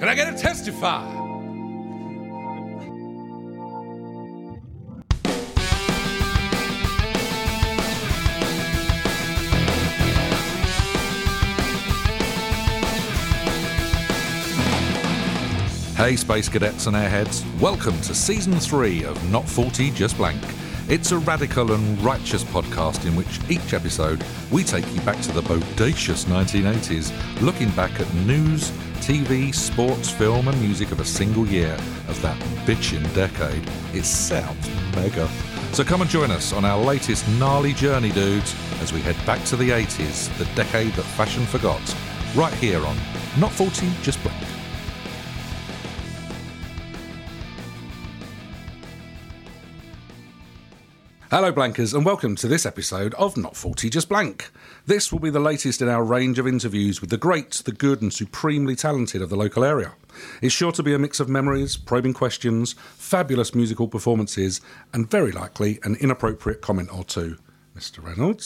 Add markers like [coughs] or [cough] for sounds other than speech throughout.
And I gotta testify. Hey, Space Cadets and Airheads, welcome to Season 3 of Not 40 Just Blank. It's a radical and righteous podcast in which each episode we take you back to the bodacious 1980s, looking back at news, TV, sports, film, and music of a single year of that bitchin' decade. It sounds mega. So come and join us on our latest gnarly journey, dudes, as we head back to the 80s, the decade that fashion forgot, right here on Not 40 Just Blank. Hello, Blankers, and welcome to this episode of Not 40 Just Blank. This will be the latest in our range of interviews with the great, the good, and supremely talented of the local area. It's sure to be a mix of memories, probing questions, fabulous musical performances, and very likely an inappropriate comment or two. Mr. Reynolds.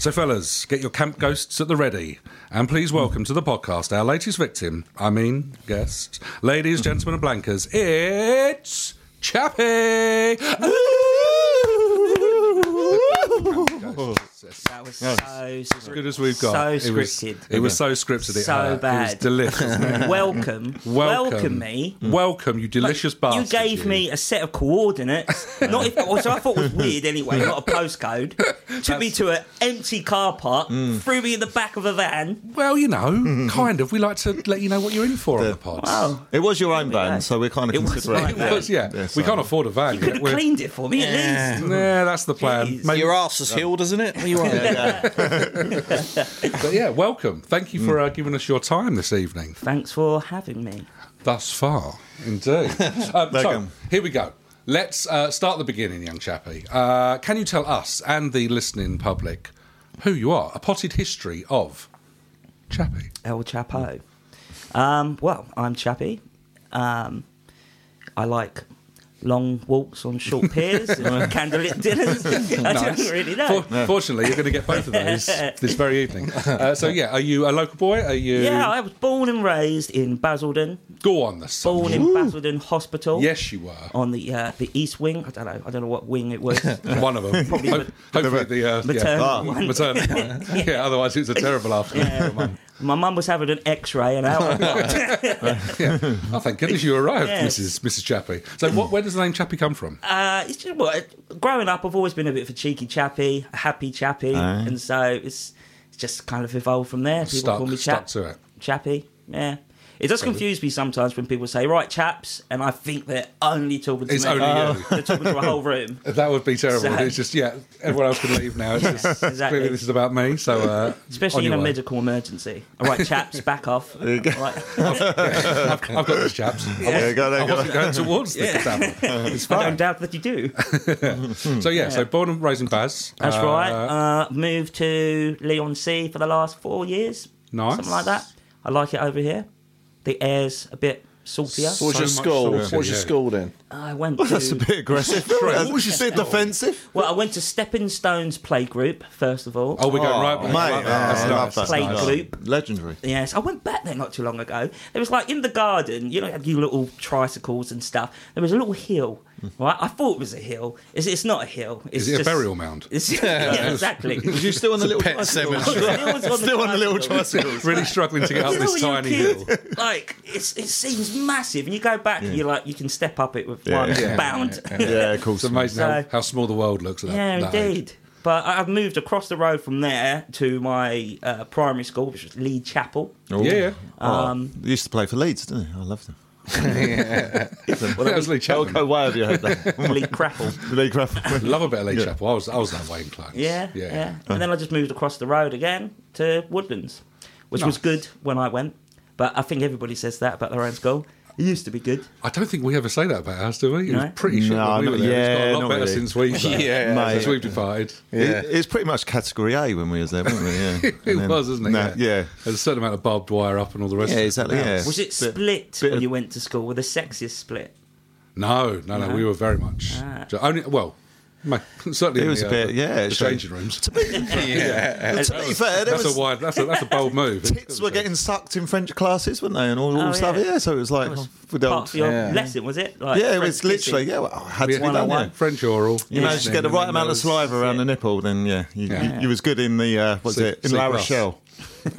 So, fellas, get your camp ghosts at the ready. And please welcome to the podcast our latest victim, I mean, guest, ladies, gentlemen, and blankers, it's Chappie! That was so As good as we've got. So It was- scripted. It was, so scripted. It So hurt. It was bad. delicious. wasn't it? [laughs] welcome, [laughs] welcome, me. Welcome, you delicious You bastard. gave me a set [laughs] of coordinates. not if, so I thought it was weird anyway. Not a postcode. Took me to an empty car park. Hmm. Threw me in the back of a van. Well, you know, kind of. We like to let you know what you're in for on the pod. Oh, It was your own yeah. van, so we're kind of It was considering. my [laughs] It was, yeah. Yeah, we sorry. can't afford a van. you could have cleaned it for me at least. Yeah, Um, that's the plan. Jeez. Maybe, Your ass is healed, isn't it? What [laughs] do you want? but yeah, welcome. Thank you for uh, giving us your time this evening. Thanks for having me. Thus far, [laughs] indeed. um, so, Welcome. here we go. Let's uh, start the beginning, young chappie. Uh, can you tell us and the listening public who you are? A potted history of Chappie. El Chapo. Um, well, I'm Chappy. Um, I like long walks on [laughs] short piers and candlelit dinners. [laughs] I don't really know. For- Fortunately, you're going to get both of [laughs] those this very evening. Uh, so, yeah, are you a local boy? Are you? Yeah, I Oh. was born and raised in Basildon. Go on, the son. Born in Basildon Hospital. Yes, you were. On the uh, the east wing. I don't know. I don't know what wing it [laughs] was. One of them. Probably Ho- hopefully the uh, maternal yeah. one. maternal one. [laughs] yeah. otherwise [laughs] it's a terrible afternoon. for a mum. My mum was having an X-ray, [laughs] and I [laughs] Oh, thank goodness you arrived, Yeah. Mrs. Mrs. Chappie. So, what, where does the name Chappie come from? uh, it's just what growing up. I've always been a bit of a cheeky chappy, a happy chappy, and so it's it's just kind of evolved from there. People Stuck, call me stuck chap, to it. chappy. Yeah. It does confuse me sometimes when people say "right chaps" and I think they're only talking to It's me. only you. [laughs] They're talking to a whole [laughs] room. That would be terrible. Sad. It's just yeah, everyone else can leave now. It's Yeah, just, exactly. Clearly, this is about me. So, uh, on Especially in your a way. medical emergency. All right, chaps, back off. All right. I've, I've got this, chaps. [laughs] There you go, there I you go. wasn't going towards the tavern. [laughs] It's I don't fine. doubt that you do. So yeah, so born and raised in Baz. That's Uh, right. Uh, moved to Leon C for the last four years. Nice. Something like that. I like it over here. The air's a bit saltier. What was So your much school? sauce, What was your yeah. school then? I went to bit aggressive. [laughs] What was you say? Defensive. well, I went to Stepping Stones playgroup first of all. oh, we're going Oh, right back. mate, Right back. That's I nice. love that. Plate Nice. group. Legendary. Yes, I went back there not too long ago. It was like in the garden, you know, you had your little tricycles and stuff. There was a little hill, right? I thought it was a hill. It's, it's not a hill. It's Is it a just- burial mound? [laughs] [laughs] It's, yeah, exactly. Was you still on the little pet cemetery. Still on the little [laughs] Really struggling to get up You know this when you're a tiny kid, hill. Like it's, it seems massive, and you go back and you're like, you can step up it with Yeah, one yeah, bound. Yeah, Yeah, of course. It's amazing how, So- how small the world looks at that. that age. indeed. But I- I've moved across the road from there to my uh, primary school, which was Lee Chapel. Oh. Yeah, yeah. Um, Oh, you used to play for Leeds, didn't you? I loved [laughs] them. That was Lee Chapman. Okay, why have you heard that? [laughs] Lee Crapple. Lee Craft. Love a bit of Lee Chapel. I was, I was that way inclined. Yeah, yeah. And then I just moved across the road again to Woodlands, which was Nice. good when I went. But I think everybody says that about their own school. It used to be good. I don't think we ever say that about ours, do we? It was No. pretty shit No, when we no- were there. it's got yeah, a lot not better really. since [laughs] we've, uh, Yeah, mate. since we've departed. Yeah. It was pretty much category A when we was there, wasn't we? [laughs] Yeah. It was, isn't it? Nah, yeah. There's a certain amount of barbed wire up and all the rest Yeah, of exactly. it. Yeah. Was it Bit- split bit when of- you went to school? Were the sexes split? No, no, no, We were very much. Ah. Only, well, Ma- Certainly, It in was the, a bit- uh, yeah, the [laughs] it's like- changing rooms. [laughs] yeah. to be fair, there That's Uh, was a wide. That's a, that's a bold move. [laughs] tits were getting sucked in French classes, weren't they? And all, all Oh, stuff. yeah. Yeah. so it was like was with Part old, of your Yeah. lesson was it? Like yeah, it French was literally kissing. yeah. Well, I had to Yeah. be done. One-on-one. Yeah. Yeah. French oral. You managed to get the right amount of saliva around the nipple, then yeah, you, you- Yeah. you, was good in the uh, what's C- it in C La plus. [laughs] Rochelle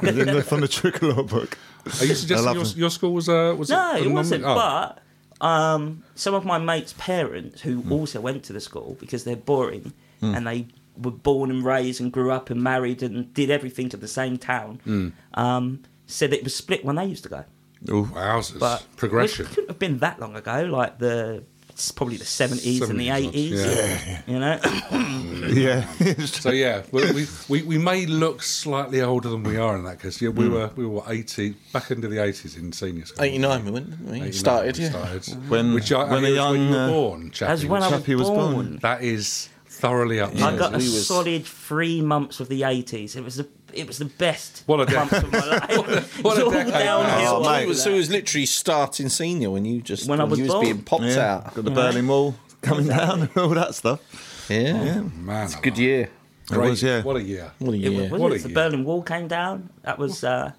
in the, from the Tricolour book. Are you I suggesting love your, them. your school was uh, was No, a it non- wasn't. oh. But um, some of my mates' parents, who also went to the school because they're boring and they were born and raised and grew up and married and did everything to the same town, um, said it was split when they used to go. wowzers, But progression. It couldn't have been that long ago, like the it's probably the seventies and the 70s, eighties. yeah. You know, [laughs] Yeah, So yeah, we, we, we, we may look slightly older than we are in that case. Yeah, we Hmm. were we were eighty back into the eighties in senior school. 89 we went, didn't we? 89, started, we yeah. started. Hmm. When- which I, I when a was when you young, were uh, born, chappy. [coughs] as when I was Chappie was born. born. that is thoroughly up. I got a we was- solid three months of the eighties. It was the it was the best What a decade. months of my life. [laughs] what a It was all decade. downhill Oh, after mate. that. So it was literally starting senior when you just When I was you was born. being popped yeah. out. Got the Berlin Wall coming down and all that stuff. Yeah. Yeah, Man, it's Good year. it was. Yeah, What a year. What a It was, year. What was a it? The year. Berlin Wall came down. That was uh,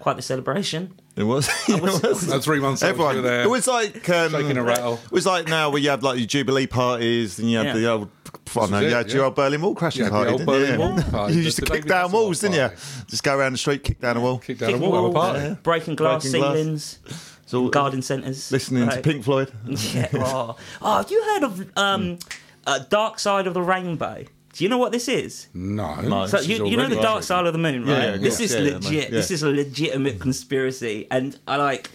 quite the celebration. it was. [laughs] It was- was. And three months Everyone, Everyone, there, it was like um, shaking a rattle. It was like now where you have like your jubilee parties and you had Yeah. the old. I don't know, was it, you had yeah. your old Berlin Wall crashing Yeah, the party. old didn't you? Berlin [laughs] Wall Yeah. party, You the- used to the kick David down Hasselhoff walls, didn't you? party. Just go around the street, kick down a wall. kick down a Kick wall at a walls, party. yeah. breaking glass Breaking glass. ceilings, It's all- garden centres. Listening to Like- Pink Floyd. Yeah. Oh. oh, have you heard of um, uh, Dark Side of the Rainbow? Do you know what this is? No, No. So This you, is you know already the Dark shaking. Side of the Moon, right? Yeah, yeah, of this course. is Yeah, yeah, legit. mate. Yeah. This is a legitimate conspiracy, and I like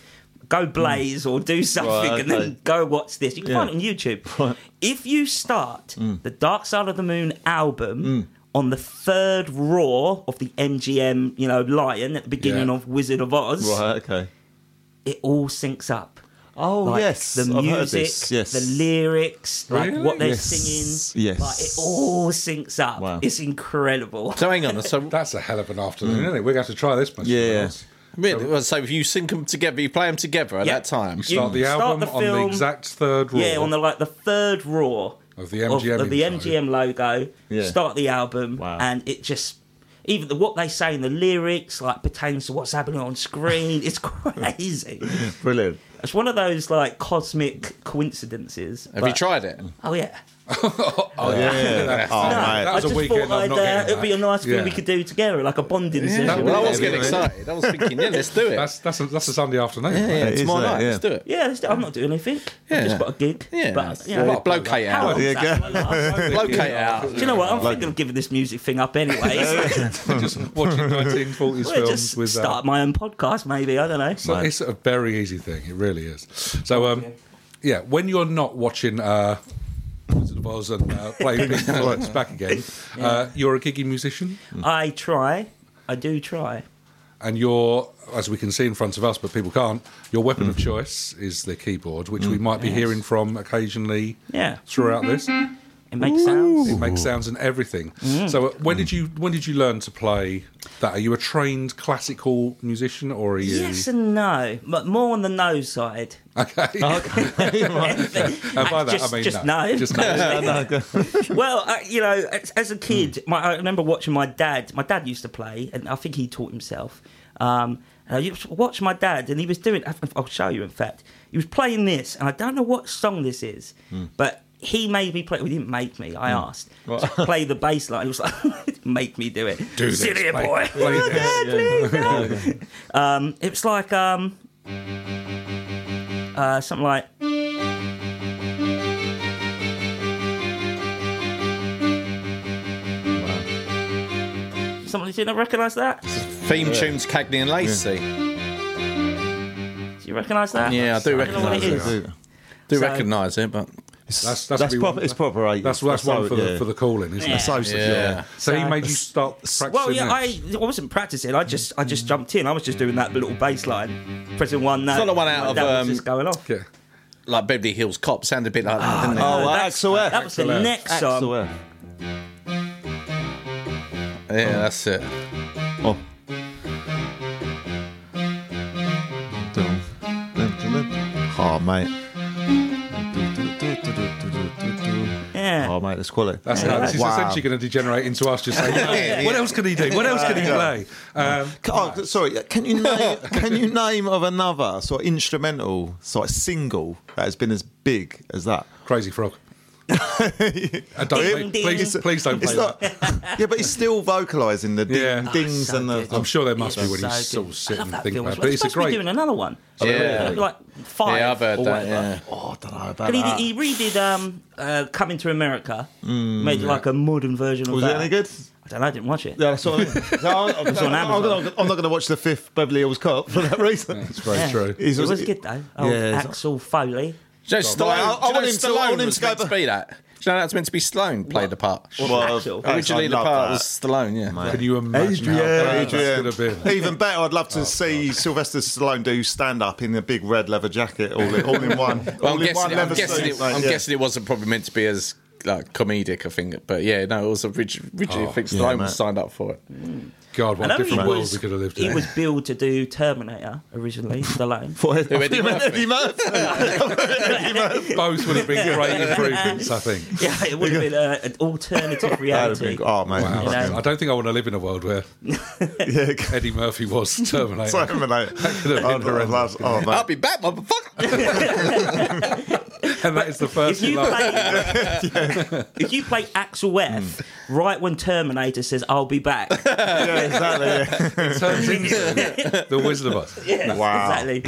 go blaze or do something, Right, and okay. then go watch this. You can Yeah. Mm. find it on [laughs] YouTube. If you start the Dark Side of the Moon album. On the third roar of the MGM, you know, lion at the beginning Yeah. of Wizard of Oz, Right, okay. it all syncs up. Oh, Like, yes. the I've heard music, this, yes. the lyrics, like Really? what they're Yes, singing, yes. like it all syncs up. Wow. It's incredible. So hang on. [laughs] So, That's a hell of an afternoon, isn't it? We're going to have to try this much. Hmm. Yeah. really, well, so if you sync them together, you play them together at Yeah. that time. You- Start the Start album the on the film. exact third roll. Yeah, on the like the third roar Of the MGM of, the intro. MGM logo. Yeah. Start the album, Wow. and it just even the, what they say in the lyrics like pertains to what's happening on screen. it's crazy. Brilliant. it's one of those like cosmic coincidences. Have you but- tried it? Oh yeah. [laughs] Oh, yeah. Oh, that, mate. that was I a just weekend. thought I'm I'd, not uh, getting it'd be a that. nice thing Yeah. we could do together, like a bonding session. Well, I Yeah, was getting yeah. excited. I was thinking, yeah, let's do it. That's that's a, that's a Sunday afternoon. yeah, yeah, It is, tomorrow mate, night. yeah. Let's do it. Yeah, it's- I'm not doing anything. I've Yeah. just got a gig. Yeah, but you yeah. know, blocate how out. long's Yeah, that go- gonna last? Blocate out. Do you know what? I'm thinking of giving this music thing up [laughs] anyway. Just watching 1940s Well, films just with uh, start my own podcast, maybe. I don't know. So it's a very easy thing. It really is. So, um, yeah, when you're not watching uh, Wizard of Oz and uh, playing Pink Floyd's back again, uh, you're a gigging musician, I try. I do try. and you're, as we can see in front of us, but people can't. Your weapon of choice is the keyboard, which we might be hearing from occasionally Yeah. throughout this. It makes sounds. It makes sounds and everything. Mm. So, uh, when did you when did you learn to play that? Are you a trained classical musician, or are you? Yes and no, but more on the no side. Okay. [laughs] And Uh, by that, just, I mean just no. no. [laughs] Just no. well, uh, you know, as, as Hmm. a kid, my, I remember watching my dad. My dad used to play, and I think he taught himself. Um, and I used to watch my dad, and he was doing. I'll show you. In fact, he was playing this, and I don't know what song this is, Hmm. but he made me play. Well, he didn't make me. I asked to [laughs] play the bass line. He was like, [laughs] "Make me do it, Do this, silly play- [laughs] boy." play Oh, this. Dad, please, [laughs] no. um, it was like um, uh, something like. Somebody didn't recognise that? Do Theme tunes, Cagney and Lacey. Yeah, you recognise that? I do don't know what it recognise is. it. Do So- recognise it, but That's- That's, that's that's, be proper, one- it's proper eight. That's that's one so- for the yeah. for the calling, isn't Yeah. it? So- so- Yeah. yeah. So he So- made you stop practicing. Well, yeah, I, this. I wasn't practicing. I just I just jumped in. I was just doing that little bass line, pressing one note. not the one out and of, that was um, just going off. Yeah. like Beverly Hills Cop sounded a bit like Ah, that, didn't it? Oh, that's- Axel F. That was the Axel F. next Axel song. F. Yeah, that's it. Oh. Dun, dun, dun, dun. Oh, mate. Yeah. Oh, mate. right, let's call it. That's it. This is essentially going to degenerate into us just saying, Yeah. "What else can he do? What else can he play?" Um, Oh, sorry. Can you name, can you name of another sort of instrumental sort of single that has been as big as that? Crazy [laughs] Frog. I don't, Ding, please, ding. please don't play It's that. not, yeah, but he's still vocalising the ding, Yeah. dings Ah, so and the. good. I'm sure there must be when he's sort So good. of I love sitting and that thinking film. about it. We're But it's a supposed to be great. doing another one. Yeah. Like five. Yeah, I've heard or that, whatever. yeah. Oh, I don't know about But he, that. he redid um, uh, Coming to America, made like a modern version of Was that. it any good? I don't know, I didn't watch it. Yeah, [laughs] that's what I mean. So I'm, I'm, on I'm Amazon. not- I'm not going to watch the fifth Beverly Hills Cop for that reason. It's very Yeah. true. It He's- was good though. Oh, Yeah, he's- Axel Foley. Joe Well, I- I Stallone. want do you know him to- I Stallone want him was to go meant to back- be that. Do you know that's meant to be Stallone played the part? [laughs] Well, Axel. Oh, I- I Originally, the love part that. was Stallone. Yeah. Can you imagine Adrian, how bad Adrian. that's going to be? Even better, I'd love Oh, to see Sylvester Stallone do stand up in a big red leather jacket, all in, all in one. [laughs] Well, all I'm in guessing, one it, I'm, leather guessing suit, it, mate, I'm yeah. guessing it wasn't probably meant to be as like comedic, I think. But yeah, no, it was originally, originally I think Oh, yeah, Stallone mate. was signed up for it. God, I what a know he different world was, we could have lived he in. was billed to do Terminator originally, Stallone. For Who, Eddie Murphy? [laughs] Eddie Murphy. Both would have [laughs] been great improvements, I think. yeah, it would have been uh, an alternative [laughs] That'd reality. have been- oh, mate. [laughs] Wow. Yeah. I don't think I want to live in a world where Yeah, Eddie Murphy [laughs] was Terminator. Terminator. could have been I'd- I'd horrendous. love- oh, mate. I'll be [laughs] back, motherfucker. and that is the first If you line. play, [laughs] if you play Axel F, Hmm. right when Terminator says "I'll be [laughs] back," Yeah, exactly. yeah. turns into the Wizard of Oz. Yeah, Wow. exactly.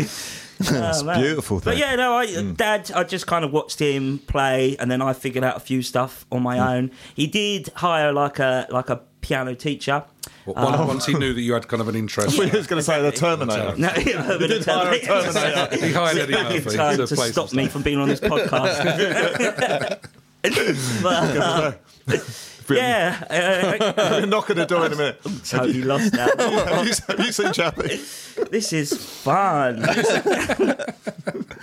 That's beautiful But thing. Hmm. yeah, no, I, Dad, I just kind of watched him play, and then I figured out a few stuff on Hmm. my own. He did hire like a like a piano teacher. Well, Once Oh. once he knew that you had kind of an [laughs] interest, I was going to say the [laughs] Terminator. No, he did hire a Terminator. he hired Eddie in Murphy time to to play some stop me from being on this podcast. [laughs] but, uh, yeah, uh, We're knocking the door in a [laughs] minute. totally lost now. have, you, have you seen Chappie? This is fun. [laughs]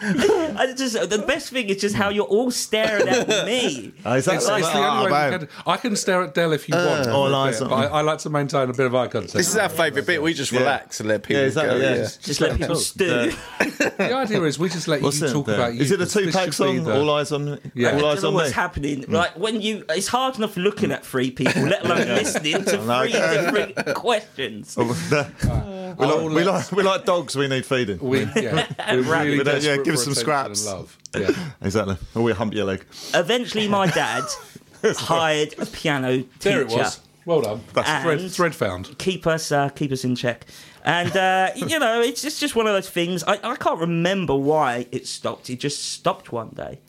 I just the best thing is just how you're all staring at me. Is that Ah, It's, it's the only way we can, I can stare at Dell if you want. Oh, I like Yeah, something. but I, I like to maintain a bit of eye contact. this is our favourite bit. We just relax and let people Yeah, exactly, go. yeah. yeah. Just let people stew. the idea is we just let you talk about you. Is it a 'cause this two-pack should be song? the- All eyes on, Yeah. all I eyes don't know on me. Mm. what's happening. Like when you, it's hard enough looking at three people, let alone listening to Like- three different questions. we, [laughs] [laughs] Oh, like, we, let's- like, we like dogs. We need feeding. [laughs] We, [laughs] yeah, we're really But, uh, yeah, desperate give us for some attention and scraps. Love. Yeah. Exactly. Or we hump [laughs] your leg. Eventually, my dad hired a piano teacher. There [laughs] it was. Well done. And- thread, thread found. keep us uh, keep us in check. And uh, [laughs] you know, it's just, just one of those things. I, I can't remember why it stopped. It just stopped one day.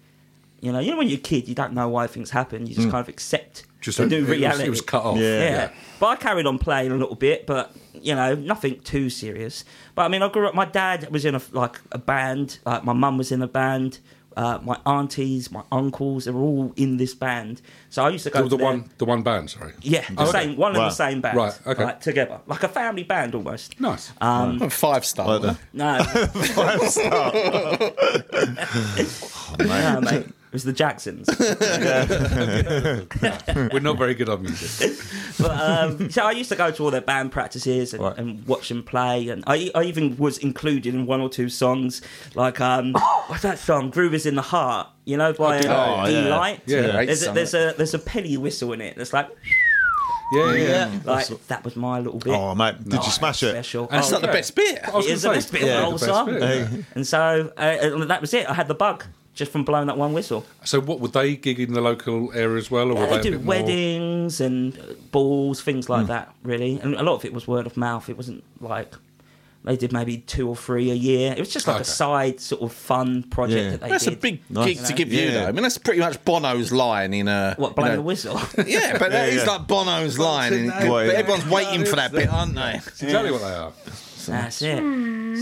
You know, you know when you're a kid, you don't know why things happen. You just kind of accept Mm. Just the it, new it was- reality. it was cut off. Yeah. Yeah. But I carried on playing a little bit, but you know, nothing too serious. But I mean, I grew up. My dad was in a like a band. Like my mum was in a band. Uh, my aunties, my uncles, they were all in this band. So I used to The, go the to their- one, the one band. Sorry. yeah, the Oh, okay. same one Wow. and the same band, Right, okay. like, together, like a family band almost. Nice. Ah. I'm Five star. Like that. No, no, mate, it was the Jacksons. We're not very good on [laughs] music. But, um, so I used to go to all their band practices and, Right. and watch them play, and I, I even was included in one or two songs, like um, what's that song? "Groove Is in the Heart," you know, by uh, Oh, D yeah. Light. Yeah. Great there's a, song. there's a there's a penny whistle in it. That's like Yeah, yeah. yeah. like that was my little bit. Oh, mate, did you smash it? Special. That's Oh, not the okay. best bit. I was It is gonna the say, best bit of yeah, the whole best song. bit, yeah. And so uh, and that was it. I had the bug just from blowing that one whistle. So, what would they gig in the local area as well, or were they a do bit more- Hmm. weddings and uh, balls, things like that, really. And a lot of it was word of mouth. It wasn't like they did maybe two or three a year. It was just like Okay. a side sort of fun project Yeah. that they That's a did. big Nice. gig to give you, Yeah. though. I mean, that's pretty much Bono's line in a. what you blowing know- the [laughs] whistle? Yeah, but that is yeah. like Bono's line. in- that? but Yeah. everyone's waiting for that bit, aren't they? [laughs] It's exactly what they are. That's [laughs] it.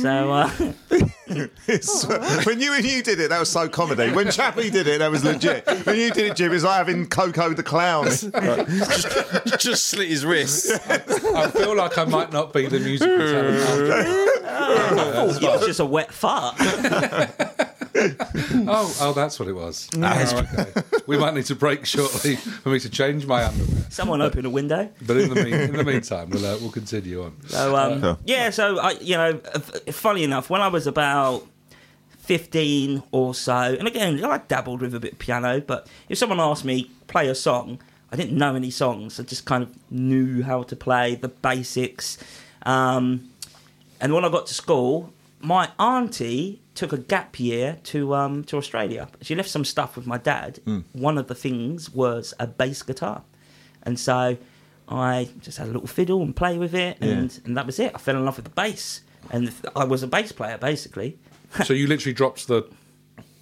So [laughs] uh, [laughs] when you and you did it, that was so comedy. When Chappie did it, that was legit. When you did it, Jim, it was like having Coco the Clown. [laughs] Just slit his wrists. I feel like I might not be the musical [laughs] talent. it was just a wet fart. Oh, oh, that's what it [laughs] was. Oh, okay. We might need to break shortly for me to change my underwear. Someone opened a window. But in the, mean, in the meantime, we'll, uh, we'll continue on. So um, yeah, so I, you know, f- funny enough, when I was about 15 or so. And again, I dabbled with a bit of piano, but if someone asked me, play a song, I didn't know any songs. I just kind of knew how to play the basics. Um, and when I got to school, my auntie took a gap year to um, to Australia. She left some stuff with my dad. One of the things was a bass guitar, and so I just had a little fiddle and play with it, and, and that was it. I fell in love with the bass, and th- I was a bass player basically. so you literally dropped the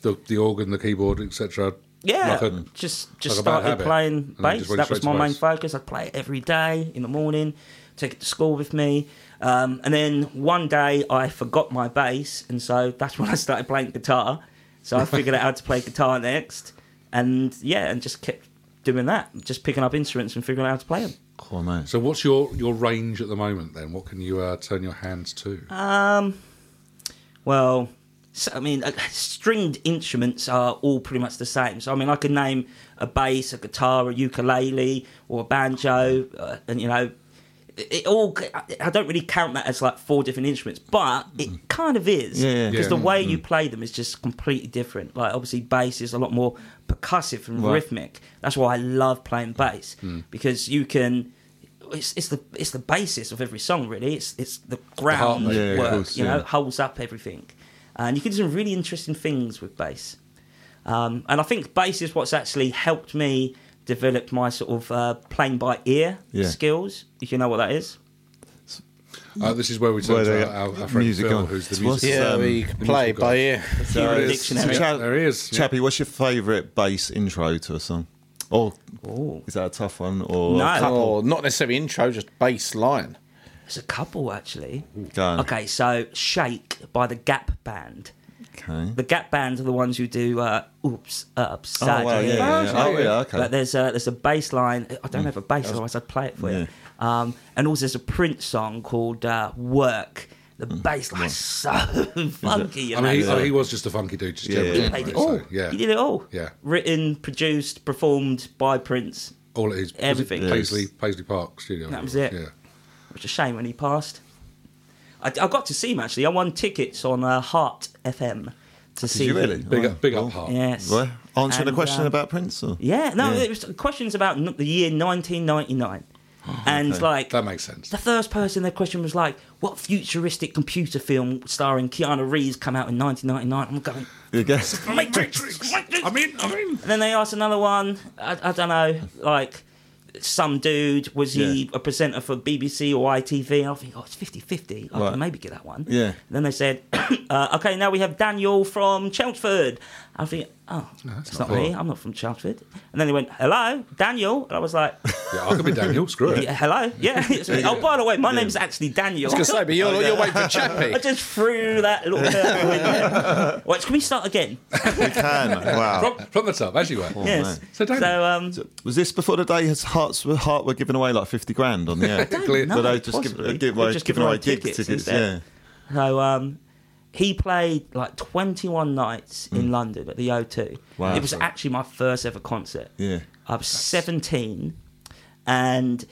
the, the organ, the keyboard, etc. Yeah, Like a- just just like a bad started habit, playing and then bass. just went That was straight my to main bass. focus. I'd play it every day in the morning, take it to school with me. Um, and then one day I forgot my bass, and so that's [laughs] when I started playing guitar. So I figured out how to play guitar next, and yeah, and just kept doing that, just picking up instruments and figuring out how to play them. Oh, man. So what's your, your range at the moment then? What can you uh, turn your hands to? Um, Well, so, I mean, uh, stringed instruments are all pretty much the same. So, I mean, I could name a bass, a guitar, a ukulele, or a banjo, uh, and you know, it, it all. I- I don't really count that as like four different instruments, but it kind of is Mm. Yeah, yeah. because Yeah. the way Mm. you play them is just completely different. Like, obviously, bass is a lot more percussive and Right. Mm. rhythmic. That's why I love playing bass because you can. It's, it's the it's the basis of every song really. It's it's the ground heartbeat, yeah, of work, course, you know, yeah. holds up everything. And you can do some really interesting things with bass. Um, and I think bass is what's actually helped me develop my sort of uh, playing by ear Yeah. skills, if you know what that is. Uh, this is where we turn Where to they- our, our friend music Phil, on. who's the So what's- music. Yeah, um, we can play musical. by ear. uh, Human it is. dictionary. Yeah, there he is. Chappie, what's your favourite bass intro to a song? Or Ooh. is that a tough one? Or No. a couple? Or not necessarily intro, just bass line. There's a couple actually. Go on. Okay, so Shake by the Gap Band. Okay. The Gap Band are the ones who do uh, Oops, uh, Upside Oh, wow, Down. yeah, yeah, yeah. Oh, yeah, okay. Mm. But there's a there's a bass line. I don't have a bass, otherwise I'd play it for you. Um, and also there's a Prince song called uh, "Work." The Mm. bass line's so [laughs] funky. You I know? mean, he, I mean, he was just a funky dude. Just Yeah, generally, yeah. He played right, it so, all. yeah, He did it all. Yeah. Written, produced, performed by Prince. all it is. Was it Everything. Yes. Paisley, Paisley Park Studio. That was it. Yeah. Which is a shame when he passed. I, I got to see him actually. I won tickets on uh, Heart FM to see. you him. really? Big Oh, Wow. up, big Cool. up heart. Yes. Well, answering a And, question uh, about Prince? Or? Yeah, no, Yeah. it was questions about n- the year [gasps] 1999. and like That makes sense. the first person their question was like, what futuristic computer film starring Keanu Reeves come out in 1999? I'm going, You guess. Matrix! Matrix! I mean, I mean, And then they asked another one. I, I don't know, like some dude was he Yeah. a presenter for BBC or ITV? I think oh, it's 50-50. I Right. can maybe get that one. Yeah. then they said, [clears throat] uh, okay, now we have Daniel from Chelmsford. I think, oh, that's, not, not me. Paul. I'm not from Chelmsford. And then they went, hello, Daniel. And I [laughs] was like, yeah, I could be Daniel. [laughs] Screw it. yeah, hello, yeah. it's me. Oh, by the way, my name's actually Daniel. Because say, but you're, you're waiting for Chappie. [laughs] [laughs] I just threw [laughs] that little curveball in there. Well, can we start again? We can. Wow. From, from the top, as you were. yes. So Daniel. So, um, Was this before the day his hearts were, heart were giving away like 50 grand on the air? Clear- know. So No, they just give, possibly. uh, give They're away, just giving giving away away tickets, tickets tickets yeah. instead. So um, he played like 21 nights in London at the O2. Hmm. Wow. It was actually my first ever concert. Yeah. I was 17, and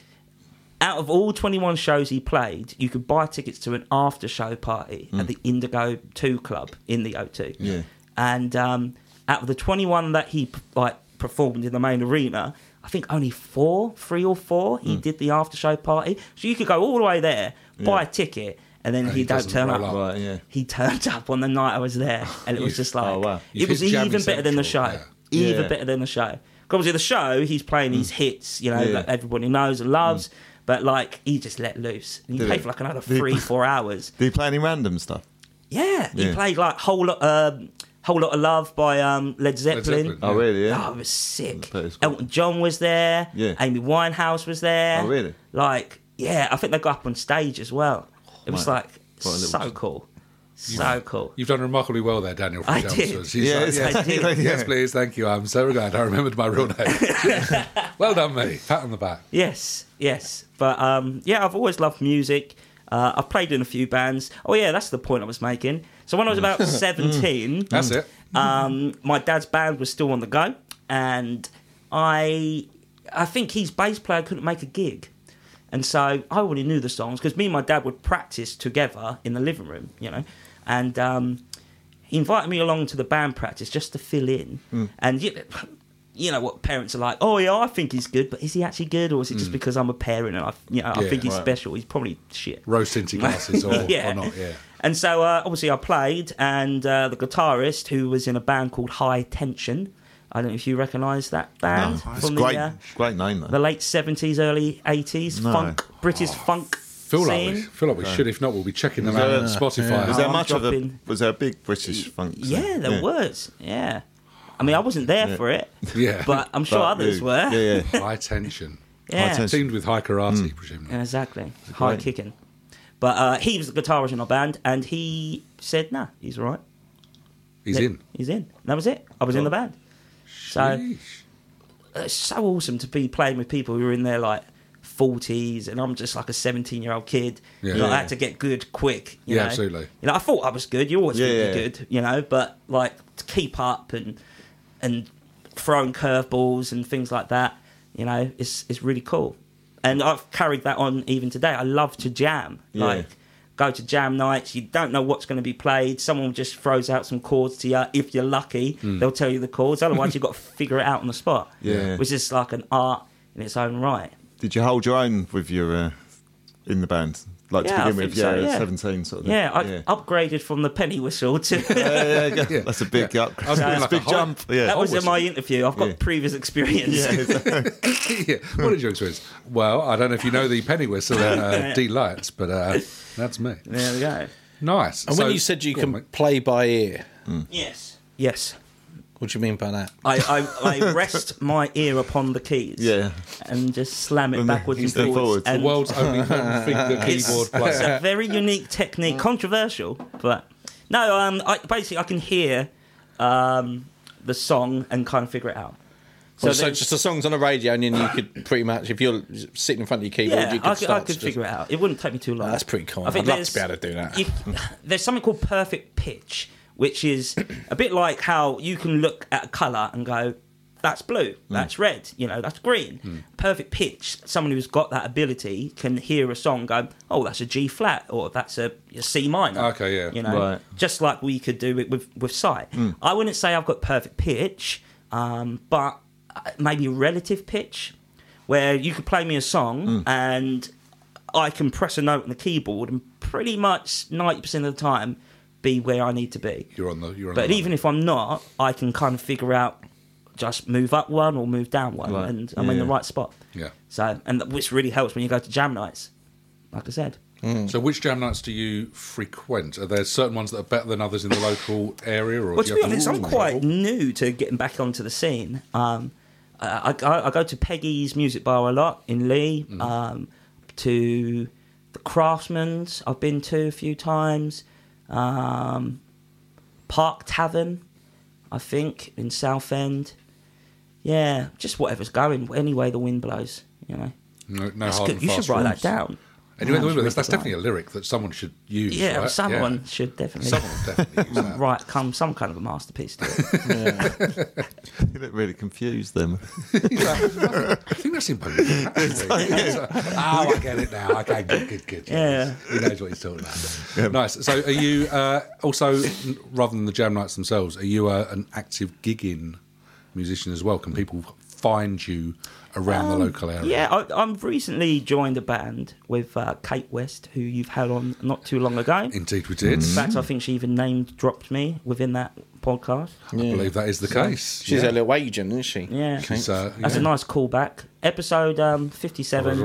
out of all 21 shows he played, you could buy tickets to an after show party at the Indigo 2 Club in the O2. Mm. Yeah. And um, out of the 21 that he like performed in the main arena, I think only four, three or four, Mm. he did the after show party. So you could go all the way there, buy a ticket, and then he he don't doesn't turn roll up. up. Right, yeah. He turned [laughs] up on the night I was there, and it was just like Oh, wow. You it was hit even Jammy better than the show. Central, yeah. Even Yeah. Mm. better than the show. 'Cause Obviously, the show he's playing his hits, you know, Yeah. that everybody knows and loves. But like, he just let loose. And Mm. he Did played it? for like another Did he- three, four hours. Do you play any random stuff? Yeah, he Yeah. played like whole lot, um, whole lot of love by um, Led Zeppelin. Zeppelin. Oh, really? Oh, Yeah. it was sick. That is cool. Elton John was there. Yeah. Amy Winehouse was there. Oh, really? Like, yeah, I think they got up on stage as well. It was mate. like Quite a little so thing. cool, so cool. You've done remarkably well there, Daniel. From I Chelmsford. did. She's Yeah, like, it's- yes, I did. [laughs] yeah. yes, please, thank you. I'm so glad I remembered my real name. [laughs] well done, me. Pat on the back. Yes, yes. But um, yeah, I've always loved music. Uh, I've played in a few bands. Oh yeah, that's the point I was making. So when I was Mm. about [laughs] seventeen, That's Mm. it. [laughs] um, my dad's band was still on the go, and I, I think his bass player couldn't make a gig, and so I already knew the songs because me and my dad would practice together in the living room, you know, and um, he invited me along to the band practice just to fill in. Hmm. And you, [laughs] you know what parents are like, oh, yeah, I think he's good, but is he actually good? Or is it just because I'm a parent and I, you know, I Hmm. Yeah, think he's right. special? He's probably shit. Rose tinted glasses [laughs] or, or not, yeah. And so uh, obviously I played, and uh, the guitarist who was in a band called High Tension. I don't know if you recognise that band It's from the great, uh, great name the though. late seventies, early eighties No. funk, British funk Feel like, scene. we, feel like we should. If not, we'll be checking them out on Spotify. Was Oh, there I'm much of a dropping- was there a big British funk? scene? Yeah, there was. Yeah, I mean I wasn't there for it, Yeah. but I'm sure But, others yeah, were. Yeah, yeah. [laughs] High tension. Yeah. tension. Teamed with high karate, Mm. presumably. Yeah, exactly. High great. kicking. But uh, he was the guitarist in our band, and he said, "Nah, he's all right. He's in. He's in." And that was it. I was in the band. So. Yeesh. it's so awesome to be playing with people who are in their like 40s and I'm just like a 17 year old kid Yeah. and I Yeah. had to get good quick you Yeah, know? absolutely. you know I thought I was good you always Yeah, think yeah. you're good you know but like to keep up and and throwing curveballs and things like that you know it's it's really cool and I've carried that on even today I love to jam Yeah. like go to jam nights. You don't know what's going to be played. Someone just throws out some chords to you. If you're lucky, Hmm. they'll tell you the chords. Otherwise, you've got to figure it out on the [laughs] spot. Yeah. which is like an art in its own right. Did you hold your own with your uh, in the band? Like Yeah, I to begin with, think so, yeah, yeah. seventeen sort of thing. Yeah, I upgraded from the penny whistle to. yeah, yeah, yeah. That's a big I upgrade. feel [laughs] That's a like big a whole- jump. Yeah. that was in my interview. I've got Yeah. previous experience. [laughs] yeah. What did you experience? Well, I don't know if you know the penny whistle and [laughs] uh, D lights, but uh, that's me. [laughs] There we go. Nice. And So- when you said you Go can on, mate. play by ear, Yes. Yes. what do you mean by that? I, [laughs] I, I rest my ear upon the keys. [laughs] Yeah. And just slam it backwards and Instead forwards. forwards. And the world's only one [laughs] finger keyboard It's player. a very unique technique, controversial, but no. Um, I, basically, I can hear um, the song and kind of figure it out. So, then- just the songs on the radio, and then you could pretty much, if you're sitting in front of your keyboard, yeah, you could I, could, I start could figure it out. It wouldn't take me too long. That's pretty cool. I think I'd love to there's- be able to do that. you- there's something called perfect pitch, which is a bit like how you can look at a color and go, "That's blue, Mm. that's red, you know, that's green." Perfect pitch. Someone who's got that ability can hear a song, and go, "Oh, that's a G flat, or that's a, a C minor." Okay, yeah. you know, Right. Hmm. just like we could do it with with sight. I wouldn't say I've got perfect pitch, um, but uh, maybe relative pitch, where you could play me a song Hmm. and I can press a note on the keyboard and pretty much ninety percent of the time be where I need to be. You're on the. You're on But the even if I'm not, I can kind of figure out just move up one or move down one, Right. and I'm in the Yeah. right spot. Yeah. So, and which really helps when you go to jam nights, like I said. So, which jam nights do you frequent? Are there certain ones that are better than others in the local area? Or Well, do to you be have honest, I'm quite new to getting back onto the scene. Um, I, I, I go to Peggy's Music Bar a lot in Lee, Mm. um, to the Craftsman's, I've been to a few times, um, Park Tavern, I think, in Southend. Yeah, just whatever's going, any way the wind blows, you know. No, no That's hard good. and You fast should write rules. that down. Anyway, Wow, that's, that's really definitely a lyric that someone should use. good. Yeah, right? someone should definitely Someone would definitely use that. [laughs] write come, some kind of a masterpiece to it. You look really confused then. I think that's [laughs] important. oh, I get it now. Okay, good, good, good. Yeah. He knows what he's talking about. Nice. So, are you uh, also, n- rather than the jam nights themselves, are you uh, an active gigging musician as well? Can people find you around the local area? Um, Yeah, I, I've recently joined a band with uh, Kate West, who you've had on not too long ago. In Indeed, we did. Mm-hmm. fact, I think she even named dropped me within that podcast. I believe that is the case. She's Yeah. a little agent, isn't she? Yeah, She's, uh, that's yeah. Oh, a nice callback. Episode um, fifty-seven.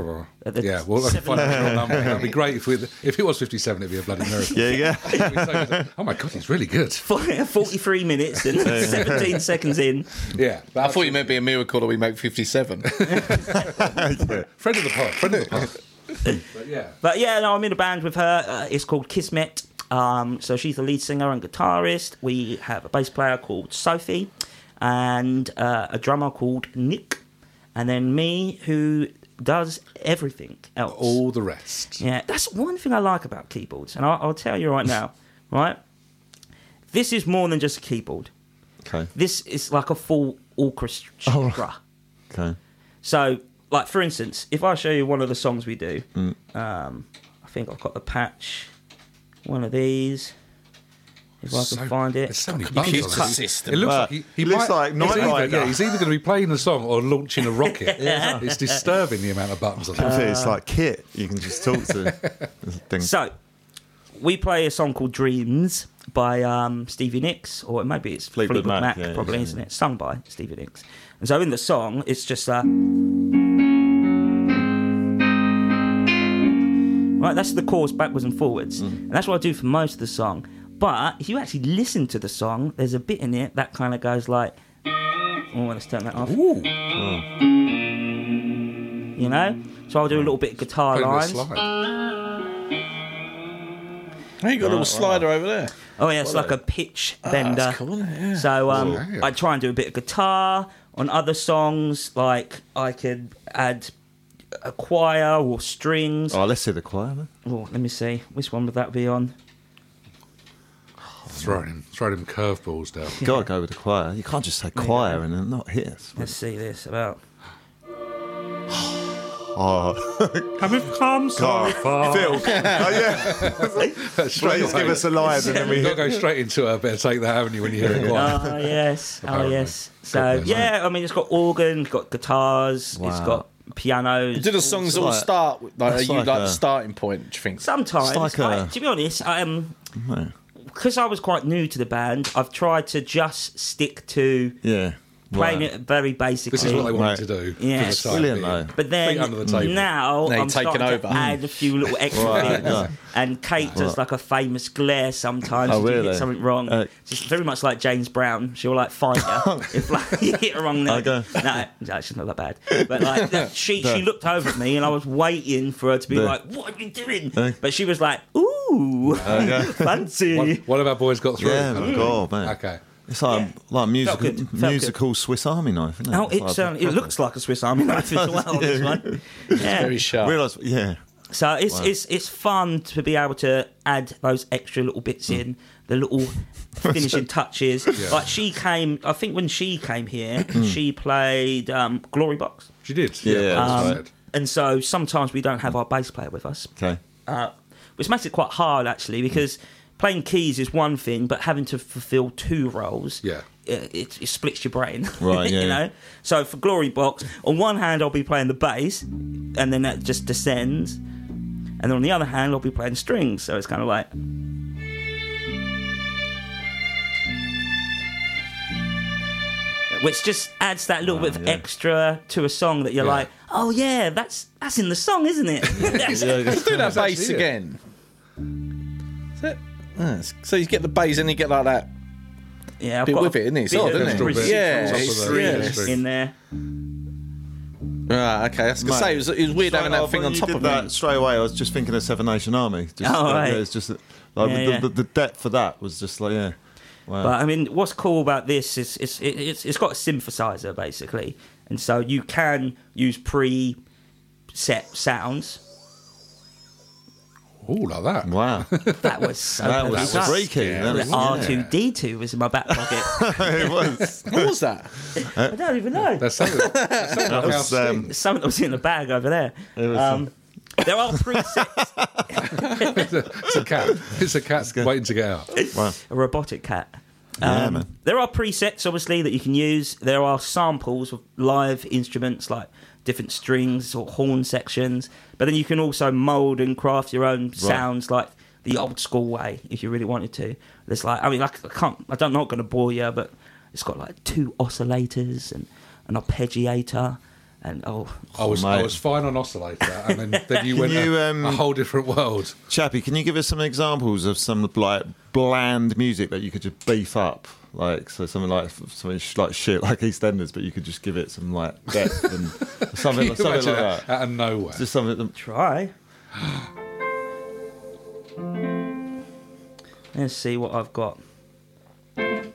at Uh, the yeah, well, [laughs] seven- [laughs] find out [laughs] your number. That'd be great if we if it was fifty-seven. It'd be a bloody miracle. [laughs] Yeah, [laughs] yeah. It'd be so good. [laughs] oh my god, he's really good. forty-three minutes and seventeen seconds in. Yeah, I thought you meant be a miracle that we make [laughs] 57. friend of the pod, friend of the pod. [laughs] but yeah, But yeah, no, I'm in a band with her. Uh, it's called Kismet. Um, so she's the lead singer and guitarist. We have a bass player called Sophie and uh, a drummer called Nick. And then me, who does everything else. all the rest. Yeah, that's one thing I like about keyboards. And I'll, I'll tell you right now, [laughs] right? This is more than just a keyboard. Okay. This is like a full orchestra. Okay. So, like for instance, if I show you one of the songs we do, um, I think I've got the patch, one of these, if I can find it. There's so many You bugs keep on cut- it. system. It looks Well, like he, he looks might, like Knight he's either, Rider. yeah, he's either going to be playing the song or launching a rocket. It's disturbing the amount of buttons. on [laughs] it. it's like Kit. You can just talk to them. Uh, So, we play a song called Dreams by um, Stevie Nicks, or maybe it's Fleetwood, Fleetwood Mac, Mac, yeah, probably, yeah. isn't it? Sung by Stevie Nicks. And so, in the song, it's just. Uh, right, that's the chorus backwards and Mm. forwards. And that's what I do for most of the song. But if you actually listen to the song, there's a bit in it that kind of goes like. Oh, let's turn that off. Ooh, You know? So I'll do a little bit of guitar playing the lines. slide. Hey, you got a little slider over there. Oh yeah, it's like a pitch bender. that's cool, yeah. So um, Wow. I try and do a bit of guitar on other songs. Like I could add a choir or strings. Oh, Oh, let's see the choir, man. let me see. Which one would that be on? Throwing him, throwing him curveballs down. Gotta go with the choir. You can't just say choir and then not hit us. Let's see this about. oh, And we've come so God. [laughs] far. Phil. Oh, yeah. Please give us a line and then we You've got hit. to go straight into it. I better take that, haven't you, when you hear it? Why? Oh yes, oh Apparently. yes. So Goodness. yeah, I mean it's got organ, it's got guitars, it's Wow. got pianos. Do the songs all like- start? with- Like, are that's you like like the a- starting point? Do you think? Sometimes, It's like I- a- to be honest, I um, No. because I was quite new to the band, I've tried to just stick to Yeah. playing Right. it very basically. This is what they wanted Right. to do. Yeah. for the time Brilliant, being. though. But then Feet under the table. now Now you're I'm taking starting over. to add a few little extra Right, things. yeah. And Kate does like a famous glare sometimes Oh, if you really? hit something wrong. Uh, She's very much like James Brown. She'll like fight [laughs] you if like [laughs] you hit her wrong. Now. Okay. No, no, she's not that bad. But [laughs] like that- she, she looked over at me and I was waiting for her to be Yeah. like, "What are you doing?" Okay. But she was like, "Ooh, [laughs] fancy." One, [laughs] one of our boys got through. Yeah, my God, man. Okay. It's like Yeah. like musical good. Felt good. musical Swiss Army knife, isn't it? Oh, like it's, um, it looks like a Swiss Army knife [laughs] as well. This one, yeah. [laughs] Very sharp. Realise, yeah. So it's it's it's fun to be able to add those extra little bits in, the little finishing touches. Like she came, I think when she came here, she played um, Glory Box, She did. Yeah, that's um, what I said. and so sometimes we don't have our bass player with us, Okay. uh, which makes it quite hard actually Mm. because playing keys is one thing, but having to fulfil two roles, Yeah. it, it, it splits your brain, [laughs] Right, yeah, you yeah. know. So for Glory Box, on one hand I'll be playing the bass, and then that just descends, and then on the other hand I'll be playing strings. So it's kind of like. Which just adds that little bit of yeah. extra to a song that you're Yeah. like, oh yeah, that's that's in the song, isn't [laughs] it? [laughs] Let's do that That's actually bass it. again. Is it? Nice. So you get the bass and you get like that Yeah, I've bit got with a it, isn't it? It's bit odd, of isn't Little it? bit. Yeah, Top of it's- the- yeah. yeah. it's- in there. Right, okay. I was gonna say it was, it was weird having Straight that thing when on you top did of that it. straight away. I was just thinking of Seven Nation Army. Just, Oh, like, right. yeah, it's just like Yeah, the, yeah. The, the depth for that was just like yeah. Wow. But I mean, what's cool about this is it's it- it's it's got a synthesizer basically, and so you can use pre-set sounds. Ooh, like that. wow. That [laughs] was so that was bizarre. freaky. That was, R [laughs] two D two was in my back pocket. it was. What was that? I don't even know. That's something. That's something like was, our um, thing. Something that was in the bag over there. was, Um, there are presets. it's a cat. It's a cat waiting to get out. Wow. a robotic cat. Um, Yeah, man. There are presets, obviously, that you can use. There are samples of live instruments like different strings or horn sections. But then you can also mold and craft your own sounds like the old school way if you really wanted to. There's like, I mean, like, I can't, I don't, I'm not going to bore you, but it's got like two oscillators and an arpeggiator. And oh, I was I mate. was fine on oscillator, and then, then [laughs] you went you, a, um, a whole different [laughs] world. Chappie, can you give us some examples of some like bland music that you could just beef up? Like so, something like something sh- like shit, [laughs] like EastEnders, but you could just give it some like depth and Can [laughs] something, you like, imagine something like that. that out of nowhere. Just something. That, [gasps] try. Let's see what I've got. Al-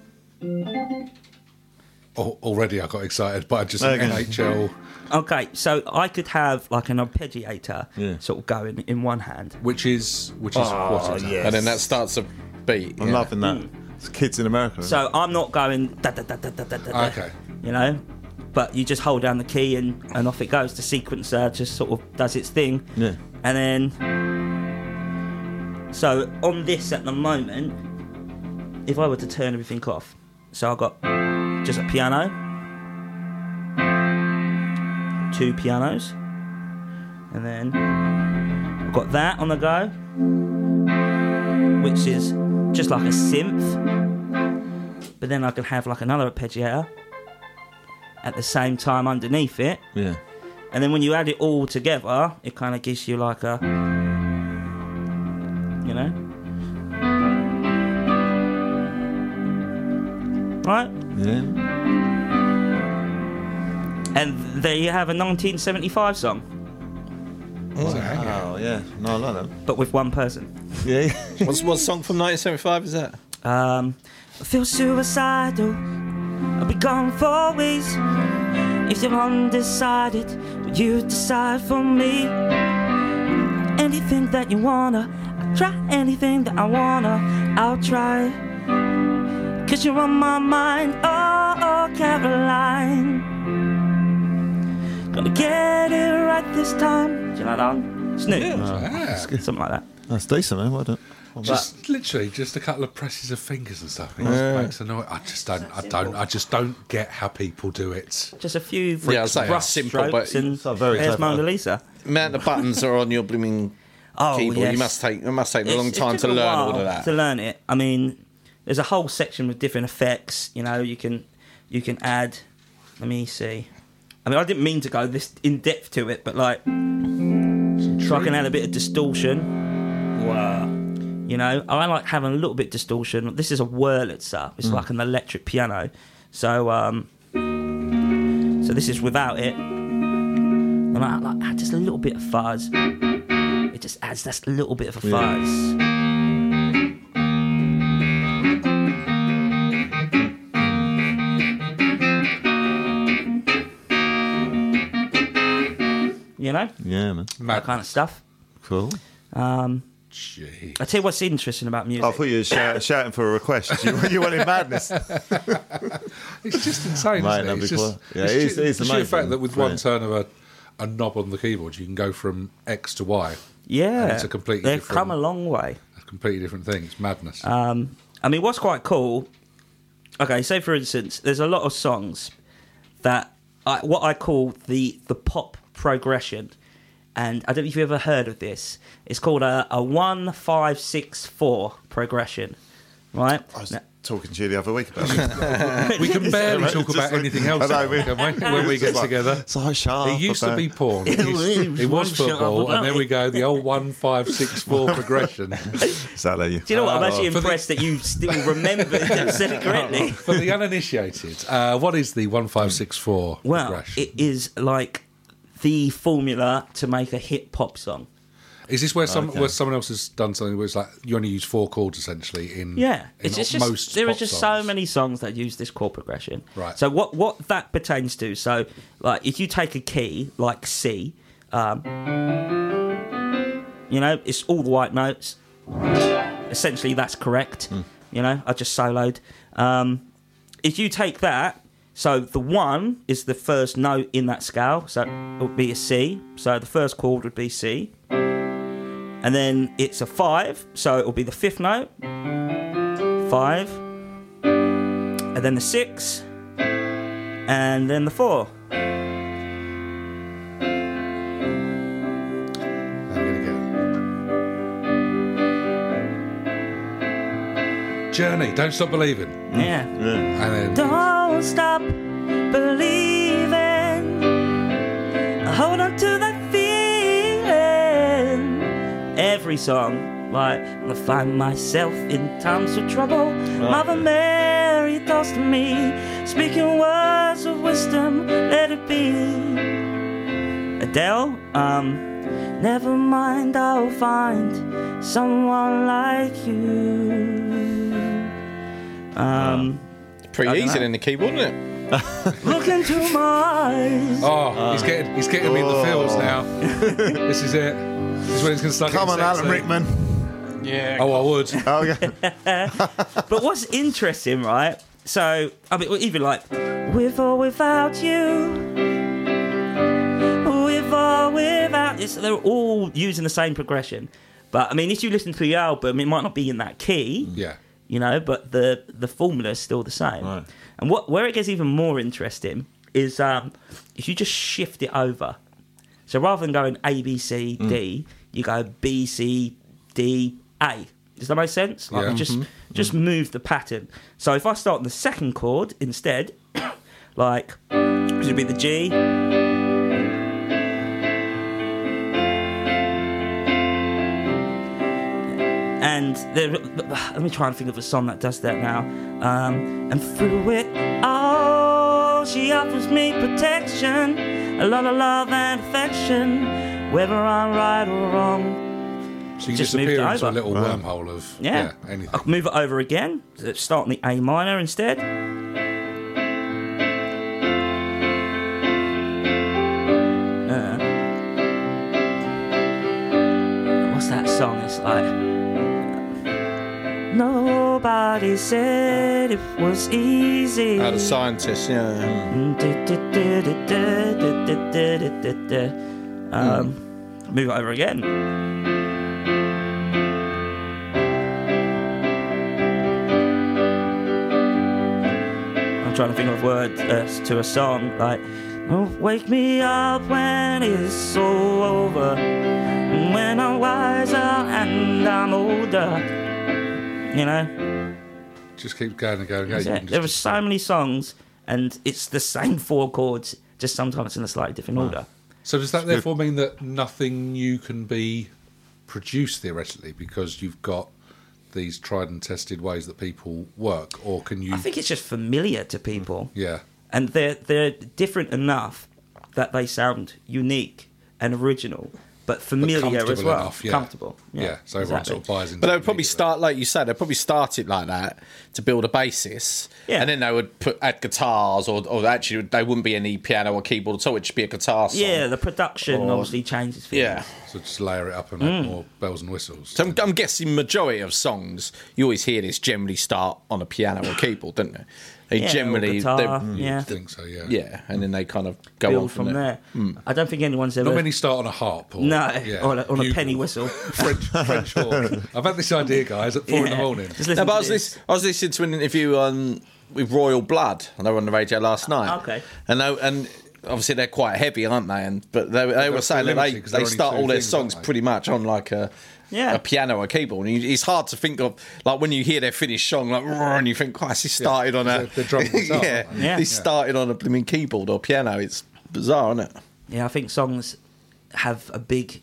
already, I got excited, but I just an Okay. NHL, Okay, so I could have like an arpeggiator Yeah. sort of going in one hand. which is which is Oh, what it is. And then that starts a beat. I'm yeah. loving that. It's kids in America. isn't So I'm not going da da da da da da da. da, Okay. You know, but you just hold down the key and, and off it goes. The sequencer just sort of does its thing. Yeah. And then. So on this at the moment, if I were to turn everything off, so I've got just a piano, two pianos, and then I've got that on the go, which is just like a synth, but then I can have like another arpeggiator at the same time underneath it. Yeah. And then when you add it all together, it kind of gives you like a, you know, right? Yeah. And there you have a 1975 song, Wow. Oh, Yeah. No, I like that. but with one person. Yeah. What's what song from 1975 is that? Um, I feel suicidal. I'll be gone for always. If you're undecided, would you decide for me? Anything that you wanna, I'll try anything that I wanna, I'll try. Cause you're on my mind, oh, oh Caroline. Gonna get it right this time. Do you like that one? Snoop. Oh, Yeah. Something like that. That's decent, man. Why don't? Just literally just a couple of presses of fingers and stuff. It just makes a noise. I just don't. I don't. I just don't get how people do it. Just a few Yeah, it's like rough simple, strokes but- and It's not very there's clever. Mona Lisa. Amount of buttons are on your blooming [laughs] Oh, keyboard. yes. You must take it must take a It's- long it time took a to learn all while of that. To learn it, I mean, there's a whole section with different effects. You know, you can you can add. Let me see. I mean, I didn't mean to go this in depth to it, but like, so I can add a bit of distortion. Wow. You know, I like having a little bit of distortion. This is a Wurlitzer. Hmm. It's like an electric piano. So, um, so this is without it. And I like add just a little bit of fuzz. It just adds that little bit of a Yeah. fuzz. You know, Yeah, man. that kind of stuff. Cool. Gee. I tell you what's interesting about music. I Oh, thought you were shout, shouting for a request. You, you wanted madness. It's just insane, isn't it? Mate, that'd It's just, be cool. Yeah, it is- ju- it is the sheer amazing. fact that with one Right. turn of a, a knob on the keyboard, you can go from X to Y. yeah, And it's a completely they've different- come a long way. A completely different thing. It's madness. Um, I mean, what's quite cool. Okay, so for instance, there's a lot of songs that I, what I call the the pop progression, and I don't know if you've ever heard of this. It's called a, a one five six four progression, right? I was talking to you the other week about it. we can barely It's talk just about like- anything else I know, we- can we, when we it's get just like- together. So sharp. It used to about- be porn. It, used, was it was one shot football, of- and there we go. The old one five six four progression. Is that like you? Do you know what? I'm actually Oh. for the- Oh. impressed that you still remember and [laughs] said it correctly. For the uninitiated, uh, what is the one five six four Well, progression? it is like the formula to make a hit pop song. Is this where some where someone else has done something where it's like you only use four chords essentially in Yeah, in it's, it's just most there are pop just so songs? many songs that use this chord progression. Right. So what what that pertains to? So like if you take a key like C, um, you know it's all the white notes. Essentially, that's correct. You know, I just soloed. Um, if you take that, so the one is the first note in that scale, so it would be a C. So the first chord would be C. And then it's a five, so it will be the fifth note five, and then the six, and then the four. I'm gonna go. Journey, don't stop believing, Yeah. Yeah. and then Don't stop believing. Hold on to that feeling. Every song, like I find myself in times of trouble. Mother Mary tossed me, speaking words of wisdom. Let it be. Adele, um, never mind, I'll find someone like you. Um. I Pretty don't easy know. in the keyboard, isn't it? Look into my eyes. oh, he's getting he's getting me in the feels [laughs] now. this is it. This is when it's gonna start. Oh. Come on, getting Alan sexy. Rickman. Yeah. Oh, I [laughs] would. Oh, yeah. [laughs] But what's interesting, right? So, I mean, even like, with or without you, with or without this, they're all using the same progression. But I mean, if you listen to the album, it might not be in that key, Yeah. you know, but the the formula is still the same. Right. And what where it gets even more interesting is um, if you just shift it over. So rather than going A B C D, you go B C D A. Does that make sense? Like Yeah. just just move the pattern. So if I start on the second chord instead, [coughs] like it would be the G, And there, let me try and think of a song that does that now. Um, and through it all, she offers me protection, a lot of love and affection, whether I'm right or wrong. So you Just disappear moved it into a over. little wormhole of Yeah. Oh. yeah, anything. I'll move it over again. Start on the A minor instead. Uh, what's that song? It's like. Nobody said it was easy. Oh, the scientist, yeah. Um, move it over again. I'm trying to think of words uh, to a song like, oh, "Wake me up when it's all over, when I'm wiser and I'm older." You know. Just keeps going and going. Yeah, That's you it. can just- There are so many songs, and it's the same four chords, just sometimes in a slightly different order. So does that therefore mean that nothing new can be produced theoretically because you've got these tried and tested ways that people work, or can you? I think it's just familiar to people, Mm. yeah, and they're they're different enough that they sound unique and original, but familiar as comfortable well, enough, yeah. comfortable. Yeah, yeah. So everyone exactly. sort of buys into. But they it would probably immediately. start, like you said, they would probably start it like that to build a basis. Yeah. And then they would put add guitars, or, or actually, they wouldn't be any piano or keyboard at all. It'd just be a guitar song. Yeah, the production Or- obviously changes. Things. Yeah. So just layer it up and Mm. add more bells and whistles. So I'm, I'm guessing majority of songs you always hear this generally start on a piano or keyboard, don't they? They Yeah, or generally, guitar, they- yeah, I think so. Yeah. yeah, and then they kind of go on build from, from there. there. I don't think anyone's ever. Mm. Not many start on a harp or no, yeah, on, a, on a bugle. [laughs] penny whistle. French, French horn. [laughs] I've had this idea, guys, at four in the Yeah. morning. Just listen No, but I to was, this. lis- I was listening to an interview on with Royal Blood, and they were on the radio last night. Ah, okay. and they, and obviously they're quite heavy, aren't they? And but they, they were they're saying that they, limited 'cause they're they only start two all their things, songs aren't they? pretty much on like a Yeah. a piano or keyboard. And you, it's hard to think of like when you hear their finished song, like "Roar," and you think, "Christ, this started on a they're- they're [laughs] drum and guitar, yeah, aren't they? Yeah. this Yeah. started on a blooming keyboard or piano." It's bizarre, isn't it? Yeah, I think songs have a big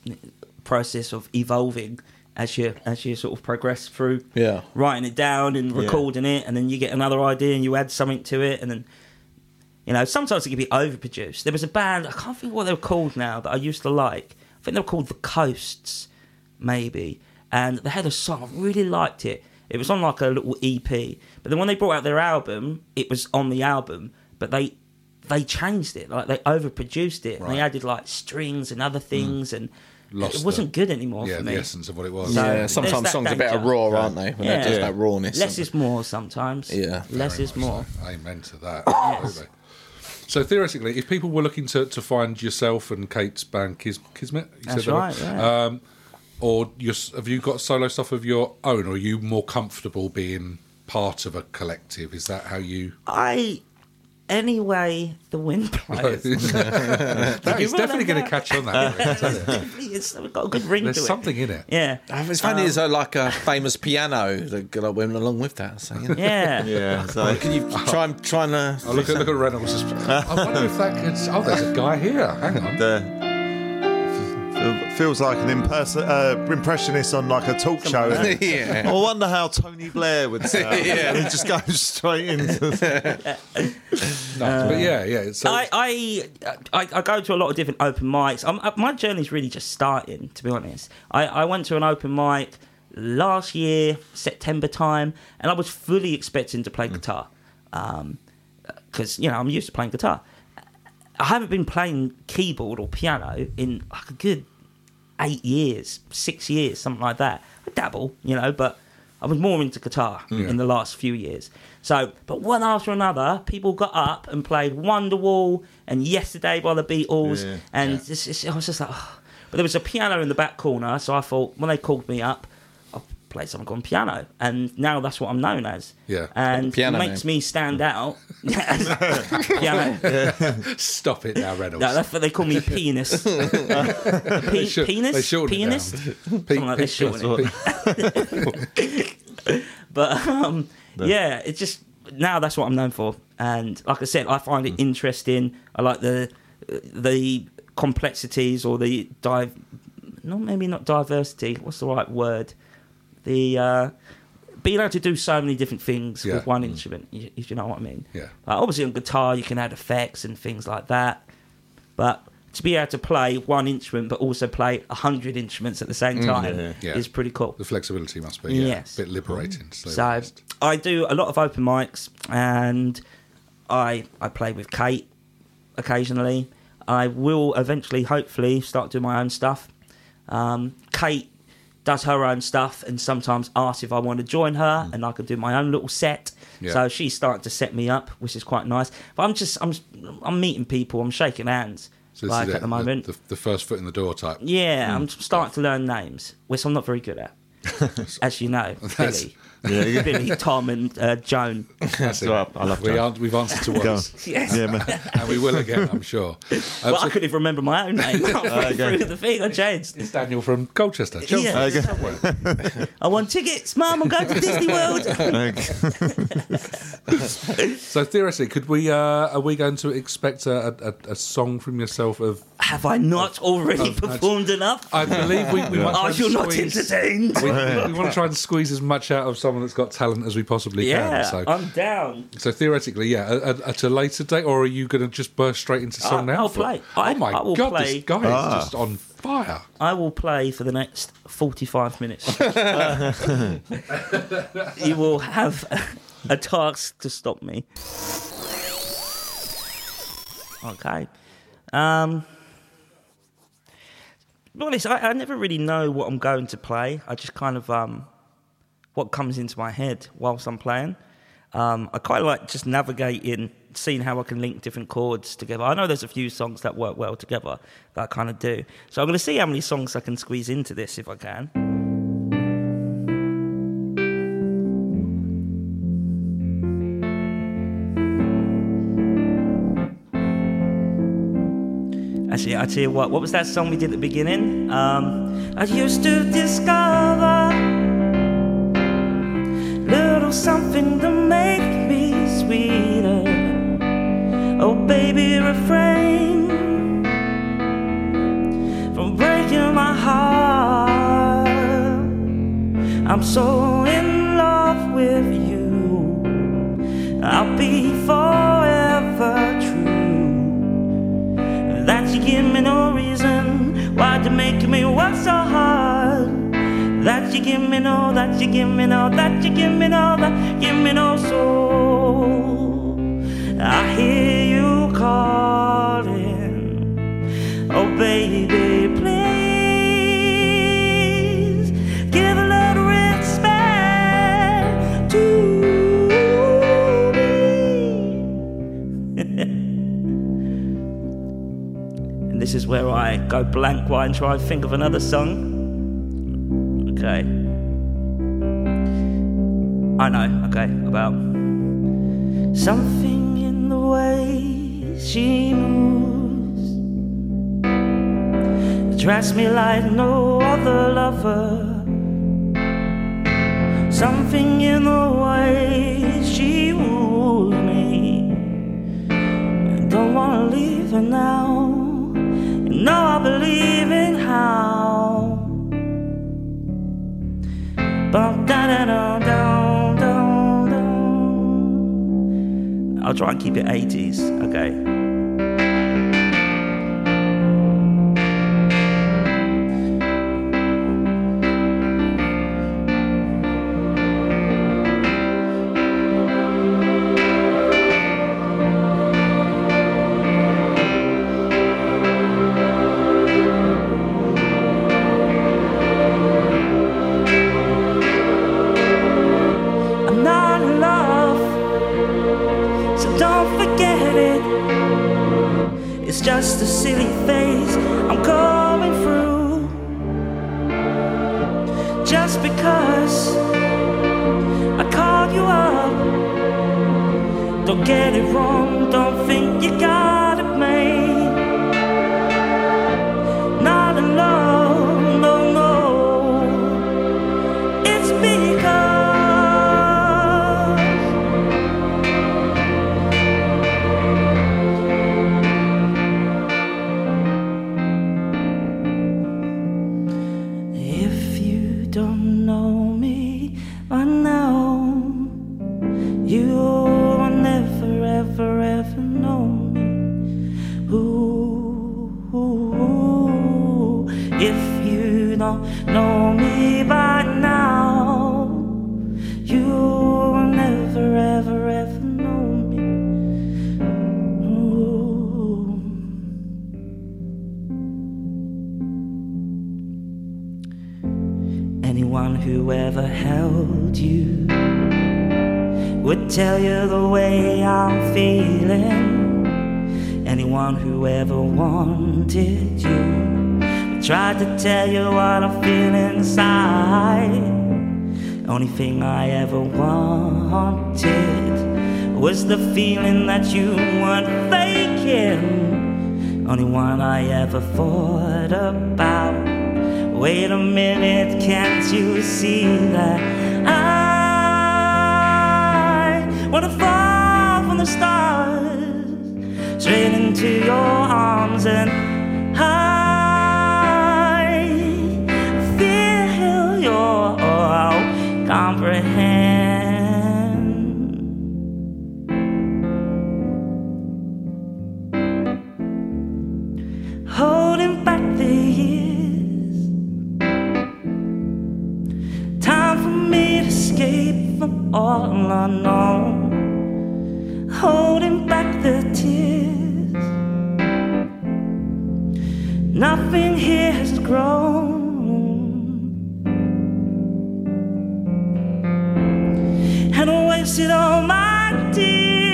process of evolving as you as you sort of progress through Yeah. writing it down and recording it, and then you get another idea and you add something to it, and then you know sometimes it can be overproduced. There was a band I can't think what they were called now that I used to like. I think they were called the Coasts, maybe, and they had a song I really liked it. It was on like a little EP, but then when they brought out their album, it was on the album, but they they changed it, like they overproduced it, and they Right. Mm. added like strings and other things, and Lost it wasn't the- good anymore Yeah, for the me. essence of what it was. So- Yeah, there's that sometimes songs are better danger. raw, aren't they? When they're just Yeah. that rawness. Less is more sometimes. Yeah. less is Very more. much so. Amen to that. Absolutely. So theoretically, if people were looking to, to find yourself and Kate's band Kis- Kismet, you That's that right, yeah. Um, or your, s- have you got solo stuff of your own? Or are you more comfortable being part of a collective? Is that how you? I anyway, the wind [laughs] [laughs] that blows. is you roll definitely like going to that? catch on that. way, it's, isn't it? definitely- it's got a good ring to There's it. something in it. Yeah. It's funny, there's uh, like a famous piano that like, went along with that. So, you know. Uh-huh. Yeah. Yeah, so Can you try and uh, trying to? Oh, I look at look at Reynolds. I wonder if that could. Oh, there's a guy here. Hang Uh, on. the It uh, feels like an imperson- uh, impressionist on like a talk show. isn't it? I [laughs] yeah. wonder how Tony Blair would sound. Yeah. and he just goes straight into. Nuts. but yeah, yeah. So I, I I I go to a lot of different open mics. I'm, uh, my journey's really just starting, to be honest. I, I went to an open mic last year, September time, and I was fully expecting to play guitar, because you know I'm used to playing guitar. I haven't been playing keyboard or piano in like a good eight years, six years, something like that. I dabble, you know, but I was more into guitar in the last few years. So, but one after another, people got up and played Wonderwall and Yesterday by the Beatles, Yeah. and it's- it's- I was just like, oh. but there was a piano in the back corner, so I thought when they called me up, I play something on piano, and now that's what I'm known as. Yeah. and Piano it makes name. me stand out. [laughs] as [laughs] piano. Stop it now, Reynolds. No, that's what they [laughs] call me penis. Uh, Pe- Short- they penis, shortened it pianist. down. Pe- Something like pe- they shorten it. pe- But um, yeah, it's just now that's what I'm known for. And like I said, I find Mm. it interesting. I like the the complexities or the dive, not maybe not diversity. What's the right word? The uh, being able to do so many different things Yeah. Mm. with one instrument, if if you know what I mean. Yeah. Like, obviously, on guitar you can add effects and things like that, but to be able to play one instrument but also play a hundred instruments at the same time yeah, Mm, yeah. is pretty cool. the flexibility must be yeah, Yes. a bit liberating. So, So I do a lot of open mics, and I I play with Kate occasionally. I will eventually, hopefully, start doing my own stuff. Um, Kate does her own stuff, and sometimes asks if I want to join her, and I can do my own little set. Mm. Yeah. So she's starting to set me up, which is quite nice. But I'm just I'm I'm meeting people, I'm shaking hands so this like is it, at the moment. the, Hmm. the first foot in the door type. yeah, I'm starting to learn names, which I'm not very [laughs] good at, as you know, That's- Billy. Yeah, yeah. Billy, Tom, and uh, Joan. That's it. So I- I love we Joan. aren't, we've answered to [laughs] Go once, Yes. Yeah, [laughs] man. and we will again, I'm sure. Um, [laughs] so Well, I couldn't even remember my own name. halfway okay. through the thing, I changed. it's Daniel from Colchester. Chelsea. Yeah, I want tickets, Mum. I'm going to Disney World. So theoretically, could we? Uh, are we going to expect a, a, a song from yourself? Of Have I not already performed enough? I believe we, [laughs] we might. try Are and you Oh, not squeeze- entertained? We, [laughs] we want to try and squeeze as much out of someone that's got talent as we possibly Yeah, can. So, I'm down. so theoretically, yeah, at, at a later date, or are you going to just burst straight into song I- now? Uh, I'll for it? play. I- oh my I will god, play. this guy is just on fire. I will play for the next 45 minutes. you will have a task to stop me. Okay. Um, to be honest, I, I never really know what I'm going to play. I just kind of um, what comes into my head whilst I'm playing. Um, I quite like just navigating, seeing how I can link different chords together. I know there's a few songs that work well together that I kind of do. So I'm going to see how many songs I can squeeze into this if I can. Actually, I tell you what, what was that song we did at the beginning? Um, I used to discover little something to make me sweeter. Oh, baby, refrain from breaking my heart. I'm so in love with you. I'll be forever true. That you give me no reason why to make me work so hard. That you give me no, that you give me no, that you give me no, that give me no soul. I hear you calling, oh baby, please give a little respect to me. [laughs] and this is where I go blank while I try and think of another song. Okay. I know, okay, about. Something in the way she moves attracts me like no other lover. Something in the way she wooed me. Don't wanna leave her now. No, I believe in how. Bum, da, da, dum, dum, dum, dum. I'll try and keep it 80s, okay? I'm not in love, so don't forget it. because I called you up. Don't get it wrong, don't think you got it made. Not alone, no, no. It's because. If you don't know me by now, you will never, ever, ever know me. Ooh, if you don't know me by now, you will never, ever, ever know me. Ooh. Anyone who ever held you would tell you the way I'm feeling. Anyone who ever wanted you would try to tell you what I feel inside. Only thing I ever wanted was the feeling that you weren't faking. Only one I ever thought about. Wait a minute, can't you see that I wanna fall from the stars straight into your arms and I feel your comprehend. holding back the years. Time for me to escape from all I know. Holding back the tears. Nothing here has grown. And I wasted all my tears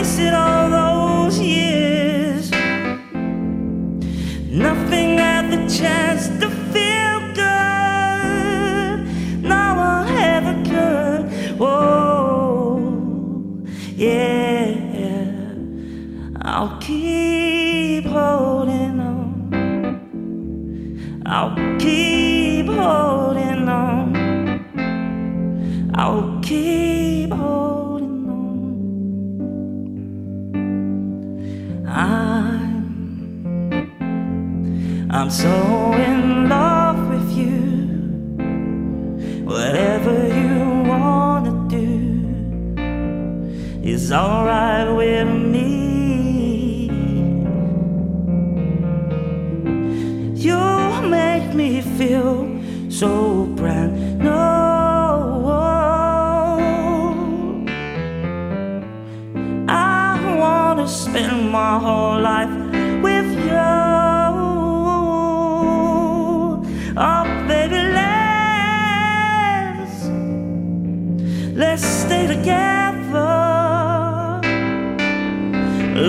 wasted all those years. Nothing had the chance to feel good. Now I'll have a good. Whoa, yeah. I'll keep holding on. I'll keep holding on. I'll keep holding on. I'm I'm so in love with you. Whatever you wanna do is alright with me. You make me feel so brand new. I wanna spend my whole life with you. Oh, baby, let's let's stay together,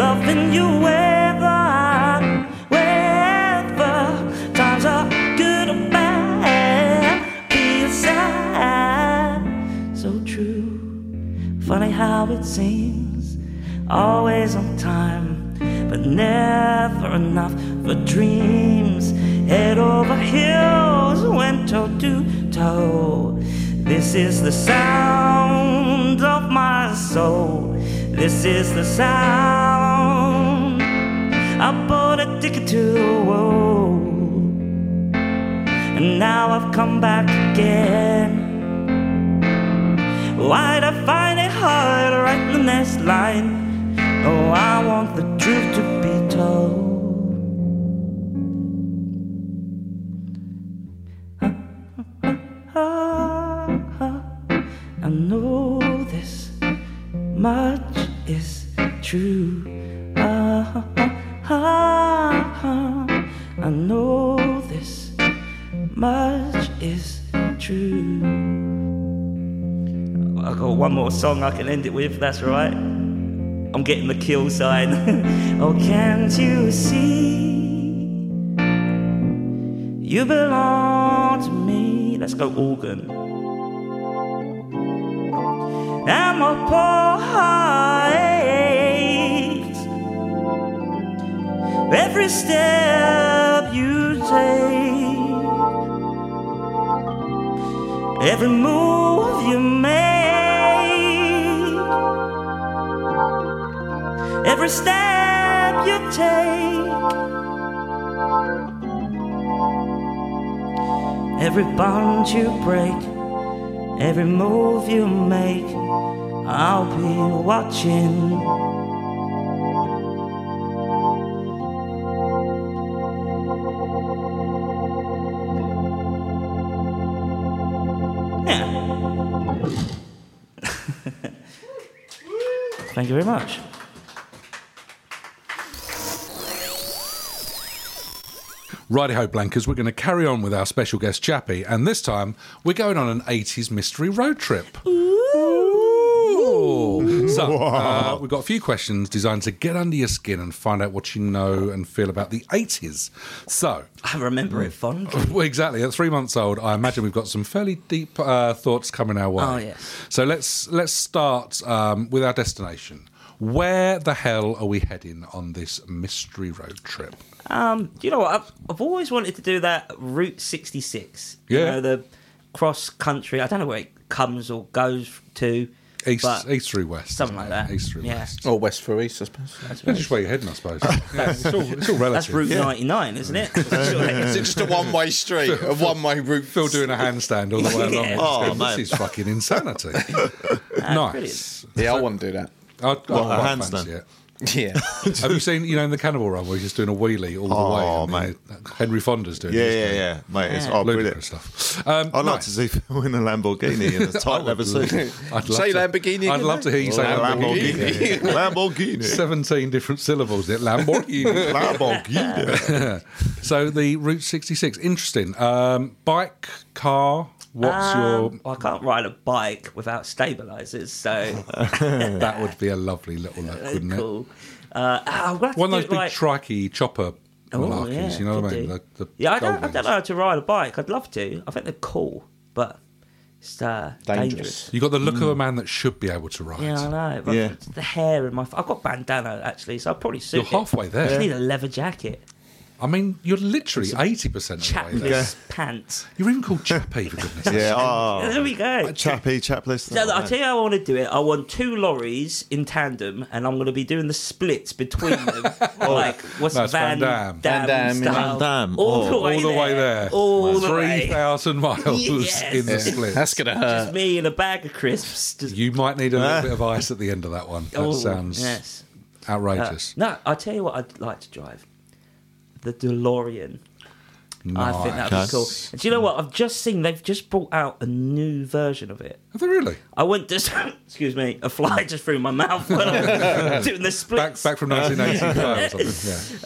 loving you wherever, wherever times are good or bad. Be a sign so true. Funny how it seems, always on time, but never enough for dreams. Head over heels, went toe to toe. This is the sound of my soul. This is the sound I bought a ticket to. And now I've come back again. Why'd I find it hard to write the next line? Oh, I want the truth to be told. I know this much is true. I know this much is true. I got one more song I can end it with, that's right. I'm getting the kill sign. [laughs] oh, can't you see? You belong to me. Let's go organ. And my poor heart aches. Every step you take, every move you make, every step you take, every bond you break, every move you make, I'll be watching. Yeah. Thank you very much. Righty-ho, Blankers, we're going to carry on with our special guest, Chappie, and this time we're going on an 80s mystery road trip. Ooh. So, uh, we've got a few questions designed to get under your skin and find out what you know and feel about the 80s. So, [laughs] [laughs] I remember it fondly. well, exactly, at three months old, I imagine we've got some fairly deep uh, thoughts coming our way. Oh, yes. So, let's, let's start um, with our destination. Where the hell are we heading on this mystery road trip? Um, you know what? I've, I've always wanted to do that Route 66. You Yeah. know, the cross country. I don't know where it comes or goes to. East, but east through west. something isn't like it? that. East through Yeah. west. Or West for East, I suppose. That's just where you're heading, I suppose. Yeah, it's, all, it's all [laughs] that's relative. Route 99, [laughs] isn't it? [laughs] Surely. Is it just a one way street, a one way route? Phil doing a handstand all the way along. Yeah. Oh, [laughs] Just going, mate. this is fucking insanity. nice. Yeah, I want to do that. I, I a quite handstand? fancy it. [laughs] Yeah. Have you seen, you know, in the Cannibal Run where he's just doing a wheelie all the way? Oh, and mate. then Henry Fonda's doing Yeah, it. yeah, yeah, mate. It's oh, Ludicrous brilliant. stuff. Um, I'd like nice. to see [laughs] Phil in a Lamborghini [laughs] in a tight leather suit. I'd love Say to- Lamborghini I'd again, love to hear you say Lamborghini. Oh, Lamborghini. [laughs] Lamborghini. 17 different syllables, it Lamborghini. Lamborghini. [laughs] So the Route 66, interesting. Um, bike, car, what's Um, well, I can't ride a bike without stabilizers, so your... [laughs] That would be a lovely little look, [laughs] wouldn't it? cool. Uh, I'll have to One do of those it big like- trikey chopper Oh, malarkeys, yeah, you know what I could mean? do. The- the yeah, I don't, gold I don't ones. know how to ride a bike. I'd love to. I think they're cool, but it's uh, Dangerous. dangerous. You got the look of a man that should be able to ride. Mm. Yeah, I know. But Yeah. The hair in my. I've got bandana actually, so I'll probably suit You're it. halfway there. I just need a leather jacket, I mean, you're literally eighty percent of the way chapless there. [laughs] pants. You're even called Chappie, for goodness. sake. Yeah. There Oh. we go. Chappy, chapless. So, look, I'll tell you how I want to do it. I want two lorries in tandem, and I'm going to be doing the splits between [laughs] them. like, what's That's Van Van, Damme. Damme Van Damme, style. Oh. Van Damme. All, the Oh. way, All the there. way there. All the Three way. thousand miles [laughs] Yes. in the split. That's going to hurt. Just me and a bag of crisps. Just, You might need a little bit of ice at the end of that one. That oh, sounds yes. Uh, outrageous. no, I'll tell you what I'd like to drive. The DeLorean. I think that'd Nice. be cool. And do you know what? I've just seen they've just brought out a new version of it. Are they really? I went just [laughs] excuse me, a fly just through my mouth when I was doing the Back splits. back from 1985 or something.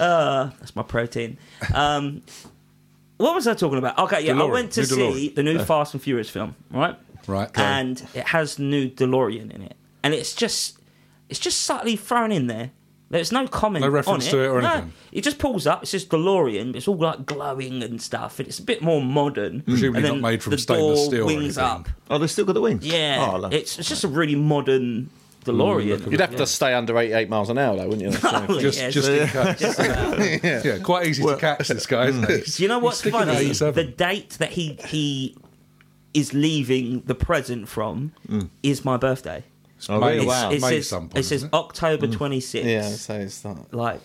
That's my protein. Um, what was I talking about? Okay, yeah, I DeLorean, went to new see DeLorean. the new Fast and Furious film, right? Right. And it has new DeLorean in it, and it's just it's just subtly thrown in there. There's no comment, No reference on it. to it or No, anything? it just pulls up. It's just DeLorean. but It's all like glowing and stuff, and it's a bit more modern. Mm. Presumably and not then made from the stainless door steel or Wings anything. up. Oh, they still got the wings. Yeah, Oh, I love- it's, it's just a really modern Mm, DeLorean. You'd have to stay under 88 miles an hour, though, wouldn't you? [laughs] So- [laughs] Oh, [laughs] Just yes. just in case. yeah. quite easy to catch this guy, isn't it? Do you know what's He's sticking at funny? 87. The date that he he is leaving the present from is my birthday. Oh, May- It's- really? Wow. it Mm. May says, some point, it says isn't it? Mm. October twenty sixth, yeah, so it's not. like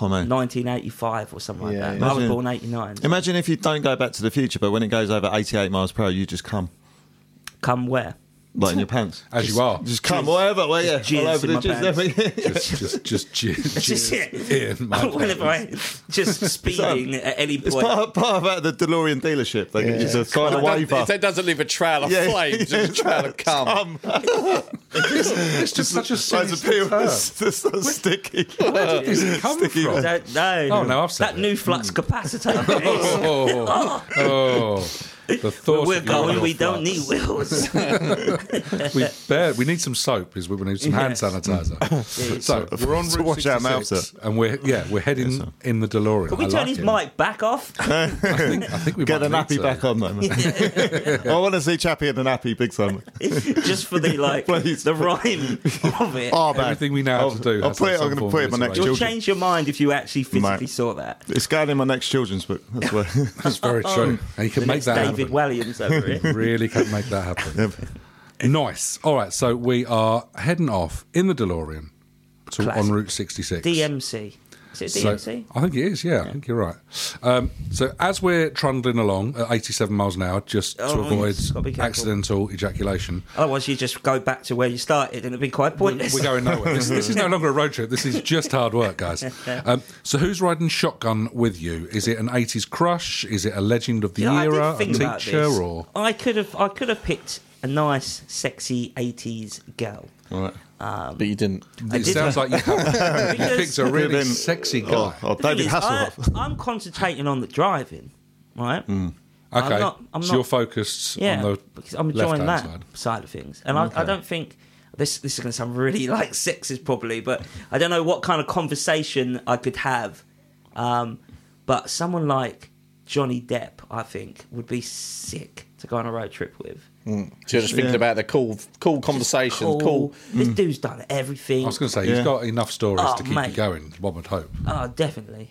Oh, man. nineteen eighty five or something like Yeah, that. yeah. I was Imagine- born eighty nine. Imagine if you don't go back to the future, but when it goes over 88 miles per hour, you just come. Come where? Like [laughs] in your pants. As you are. Just come wherever, where you jizz all over in my the jizz. pants. [laughs] everywhere. just just just [laughs] jizz, Just jizz [laughs] [laughs] in my What if I [laughs] just speeding at any It's point? part of, part of the DeLorean dealership. They yeah. just sign a waiver. If that doesn't leave a trail of Yeah, flames, yeah, [laughs] it's [laughs] a trail of cum. It's just such a Loads of sinister peel. term. It's [laughs] just so sticky. Where did this come I [laughs] from? don't know. Oh, no, I've said [laughs] that it. new flux capacitor. Oh, oh, The thought We're of your going. little We don't farts. need [laughs] wheels. we, bear, we need some soap. Is we need some hand Yes. [laughs] sanitizer. so we're on To route wash our 66, mouths and we're yeah we're heading in the DeLorean. Can we I turn like his it. mic back off? [laughs] I think, I think we Get the might need to. nappy back on, though. man. [laughs] I want to see Chappie in the nappy [laughs] big time. just for the like Please. the rhyme of it. Oh, man. Everything we now I'll, have to do. I'll has put it, some I'm form going to put of it in my next iteration. You'll children's change your mind if you actually physically Mate. saw that. It's going in my next children's book. [laughs] That's where. [laughs] That's very true. And you can Oh. The make next that David happen. Williams over here. [laughs] really can make that happen. [laughs] nice. All right, so we are heading off in the DeLorean to Classic. on Route 66. DMC. Is it So- DMC? I think it is. Yeah, I think you're right. Um, so as we're trundling along at 87 miles an hour, just to Oh, avoid yes, gotta be careful. accidental ejaculation, Otherwise, you just go back to where you started, and it'd be quite pointless. we're going nowhere. This, this is no longer a road trip. This is just hard work, guys. Um, so who's riding shotgun with you? Is it an 80s crush? Is it a legend of the [laughs] You know, I did era? think a about teacher? this. Or I could have, I could have picked a nice, sexy '80s girl. Right. but you didn't. I it did- sounds like you have [laughs] [laughs] Because- picked a really sexy guy. Oh, oh, The thing David is, Hasselhoff. I, I'm concentrating on the driving, right? Okay, I'm not- I'm so not- you're focused Yeah, on the because I'm enjoying left-hand that side. side of things, and I, I don't think this this is going to sound really [laughs] like sexist, probably, but I don't know what kind of conversation I could have. Um, but someone like Johnny Depp, I think, would be sick to go on a road trip with. So you're just thinking Yeah. about the cool, cool conversation, cool. This dude's done everything. Hmm. I was going to say he's Yeah. got enough stories Oh, to keep you mate. going. One would hope. Oh, definitely.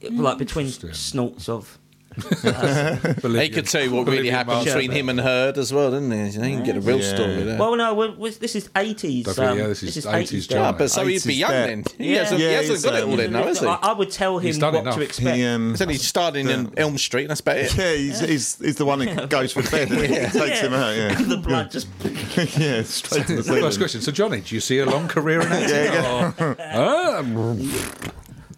It- Hmm. Like between snorts of. They could tell you what really happened between him and Heard as well, didn't they? They can get a real Yeah. story there. Well, no, we're, we this is 80s. Don't forget, um, yeah, this is 80s Depp. Ah, Johnny. but so he'd be 80s young step. then. He hasn't, Yeah, he hasn't he's, got it uh, all in now, has he? I, I would tell him He's done what enough. to He, expect. He, um, He's only starting in Elm Street, and that's about [laughs] it. yeah, he's, he's, he's the [laughs] one who goes for the bed. yeah. Takes him out, yeah. [laughs] the blood just. yeah, straight to the ceiling. First question. So, Johnny, do you see a long career [laughs] in acting? Or- Ah,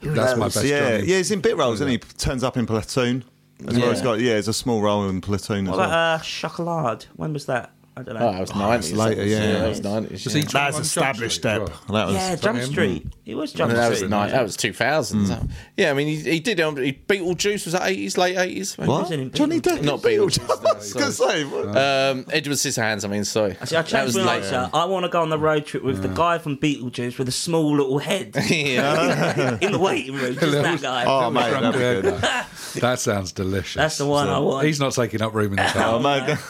that's my best yeah, Johnny. yeah, he's in bit roles, isn't he? Turns up in Platoon. As well, he's got yeah, it's a small role in Platoon as What well. about uh, Chocolade? When was that? I don't know. Oh, that was 90s. later, yeah. That was 90s. Was yeah. he Johnny That's on Jump established Street as Depp. well? That was yeah, Jump Street. It was Jump No, that was Street. nice. That was two thousand. Yeah, I mean, he, he did. Um, he Beetlejuice was that eighties, late eighties. What? Isn't it Johnny Beetlejuice? Depp? Not Beetlejuice, [laughs] I was gonna say. what- Um, Edward Scissorhands. I mean, sorry. See, I that changed was my late. answer. I want to go on the road trip with the guy from Beetlejuice with a small little head [laughs] [laughs] yeah. in the waiting room. [laughs] Just that guy. Oh mate, Drunk that'd be hair good. guy. [laughs] That sounds delicious. That's the one I want. He's not taking up room in the car. Oh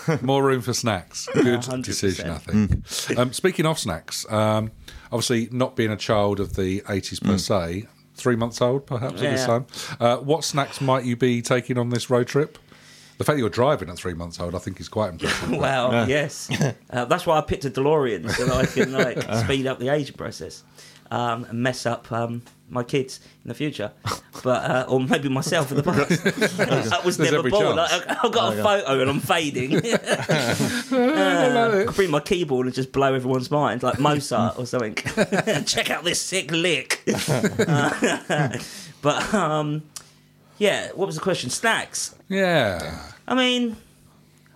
mate, More room for [laughs] snacks. Good 100%. decision, I think. Mm. Um, speaking of snacks, um, obviously not being a child of the 80s Mm. per se, three months old perhaps at this Yeah. time, uh, what snacks might you be taking on this road trip? The fact you're driving at three months old, I think, is quite impressive. [laughs] Wow, yes. Uh, that's why I picked a DeLorean so that I can [laughs] like speed up the aging process um, and mess up um, my kids in the future, but uh, or maybe myself in [laughs] the past. I was There's never every born. chance. Oh, I, I've got a photo and [laughs] I'm fading. [laughs] Uh, I could bring my keyboard and just blow everyone's mind like Mozart or something. [laughs] Check out this [laughs] sick lick. [laughs] Uh, but um, yeah, what was the question? Snacks. Yeah. I mean,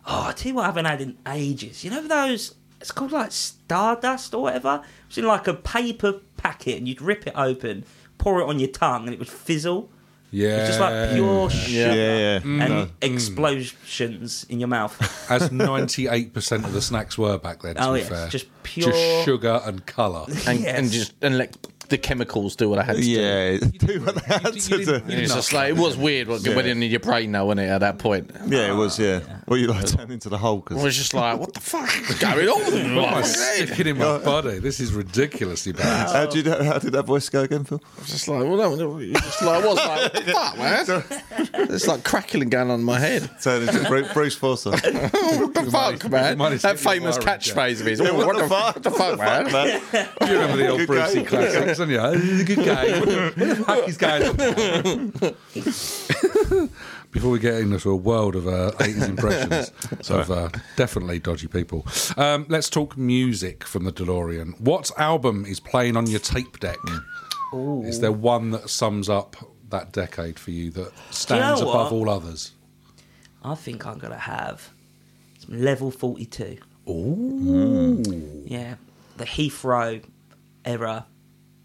oh, I tell you what, I haven't had in ages. You know those? It's called like Stardust or whatever. It's in like a paper packet, and you'd rip it open, pour it on your tongue, and it would fizzle. Yeah. Mm. It's just like pure sugar yeah, yeah. and explosions in your mouth. As 98% of the snacks were back then, to Oh, be yes, fair. just pure- Just sugar and colour. and, Yes. and just and let the chemicals do what I had to do. Yeah, do what they had you didn't- to do. you It's didn't- just like it was weird what went in your brain now, wasn't it? At that point, Yeah, it was. Yeah, well, you like turned into the Hulk. I As was just like, "What the fuck is going on?" What am I Like, [laughs] I sticking in my body? This is ridiculously [laughs] bad. how did Oh. you, how did that voice go again, Phil? was just like, "Well, no, no," it's just like, I was like, "What the fuck, man?" It's like crackling going on in my head. Turned into Bruce, Bruce Forsyth. What the fuck, man? might have That seen famous the wiring jack. catchphrase of his. "Oh, what What the the fuck? fuck? What the fuck, [laughs] man? Man, You remember the old Good Brucey guy. classics, don't you? Oh, He's a good guy. [laughs] Who the fuck is going on? [laughs] Before we get into a world of uh, 80s [laughs] impressions of uh, definitely dodgy people, um, let's talk music from the DeLorean. What album is playing on your tape deck? Mm. Is there one that sums up that decade for you that stands what? above all others? I think I'm gonna have some level forty-two. Ooh, yeah, the Heathrow era,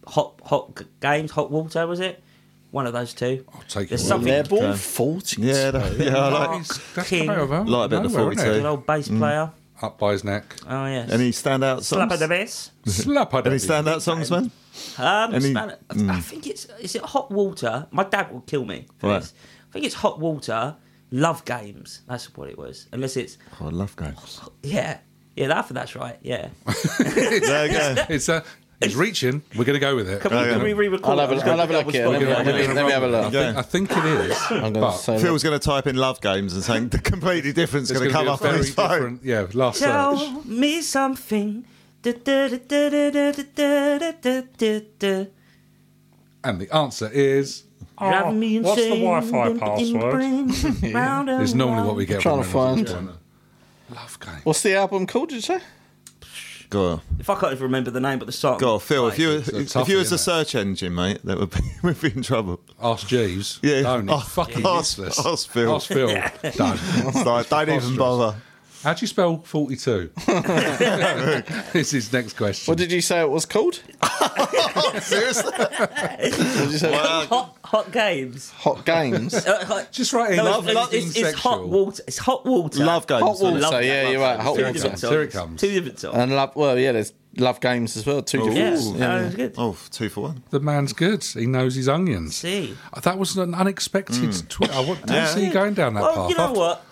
hot hot g- games, hot water was it? One of those two. I'll take There's your something. word. Level Okay. 40. Yeah, no, yeah, I like. Mark that's King, out of good out Like a bit of nowhere, isn't 42. it? old bass Mm. player. Up by his neck. Oh yes. Any standout slap of songs? the bass. Slap I Any standout songs, man? Um, Any- Spanner- mm. I think it's is it hot water. My dad will kill me for Right. this. I think it's hot water. Love games. That's what it was. Unless it's Oh, I love games. yeah, yeah. I think that's right. [laughs] Yeah. There you go. It's uh, he's reaching. We're going to go with it. Can we, can we re-record? I'll have a- it? I was gonna I'll have a pick look it here. up Let with me- Spotify. let me- let me have a look. I think, I think it is. I'm going but to say Phil's going to type in love games and something completely different's it's going to gonna come be a up on very his phone. different- Yeah, last search. Tell me something. Du- du- du- du- du- du- du- du- du- du- du- du. And the answer is Driving me Ah, what's the insane. Wi-Fi In- in password? [laughs] brain, round and is normally round. what we get. Trying when to we're in find- the corner. Love game. What's the album called, did you say? Go on. If I can't even remember the name, but the song. God, Phil, if you It's a if toughie, you was a isn't search engine, mate, that would be [laughs] we'd be [laughs] in trouble. Ask Jeeves. Yeah. Don't. It's Ask- fucking ask- useless. ask Phil. Ask Phil. Don't. It's like, don't even preposterous. bother. How do you spell 42? this is next question. What did you say it was [laughs] called? Seriously? [laughs] What did you say? Hot, hot games. Hot Games. Uh, hot- Just write in. No, Love, it's, love, it's, it's hot water. It's hot water. Love games. Hot Water, Love yeah, Games. you're right. Hot Two Water. different songs. Here it comes. Two different songs. And love, well, yeah, there's Love Games as well. Two yeah, different. no, it's good. Oh, two for one. The man's good. He knows his onions. See. That was an unexpected tweet. I want to Yeah. see you going down that well, path. you know After- what?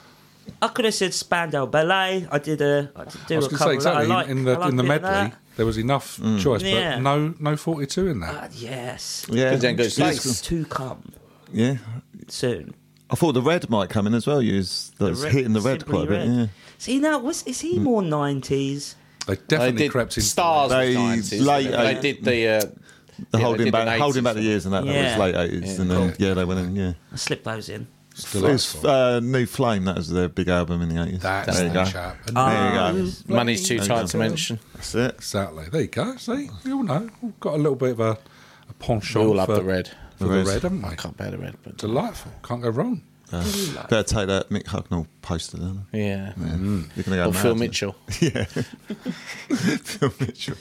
I could have said Spandau Ballet. I did a, I did do I was going a to say cover of that. I exactly like, in the I like in the a bit of medley that. there was enough Mm. choice, but Yeah. no no 42 in that. Uh, yes. Yeah. Good then, good. Nice to come Yeah. soon. I thought the red might come in as well. You was, that was Red- hitting the red Simply quite a bit. Red. Yeah. Hmm. See now, was is he more nineties? They They definitely did crept in. Stars. They- They, 90s, late- they did the. Uh, The yeah, they holding did back, an holding 80s back the song. years and that. Yeah. That was late eighties, and then yeah, they went in. Yeah. I slipped those in. It's It was delightful. uh, New Flame. That was their big album in the eighties. That's there you the go. chap. And There you go. Money's too tight to mention. That's it. Exactly. There you go. See, we all know. We've got a little bit of a, a penchant We all love for, the red. for The the red. red, haven't we? Can't bear the red, but Delightful. Can't go wrong. Better take that Mick Hucknall poster down. yeah. You're gonna go Or mad. Phil Mitchell. Phil [laughs] Mitchell.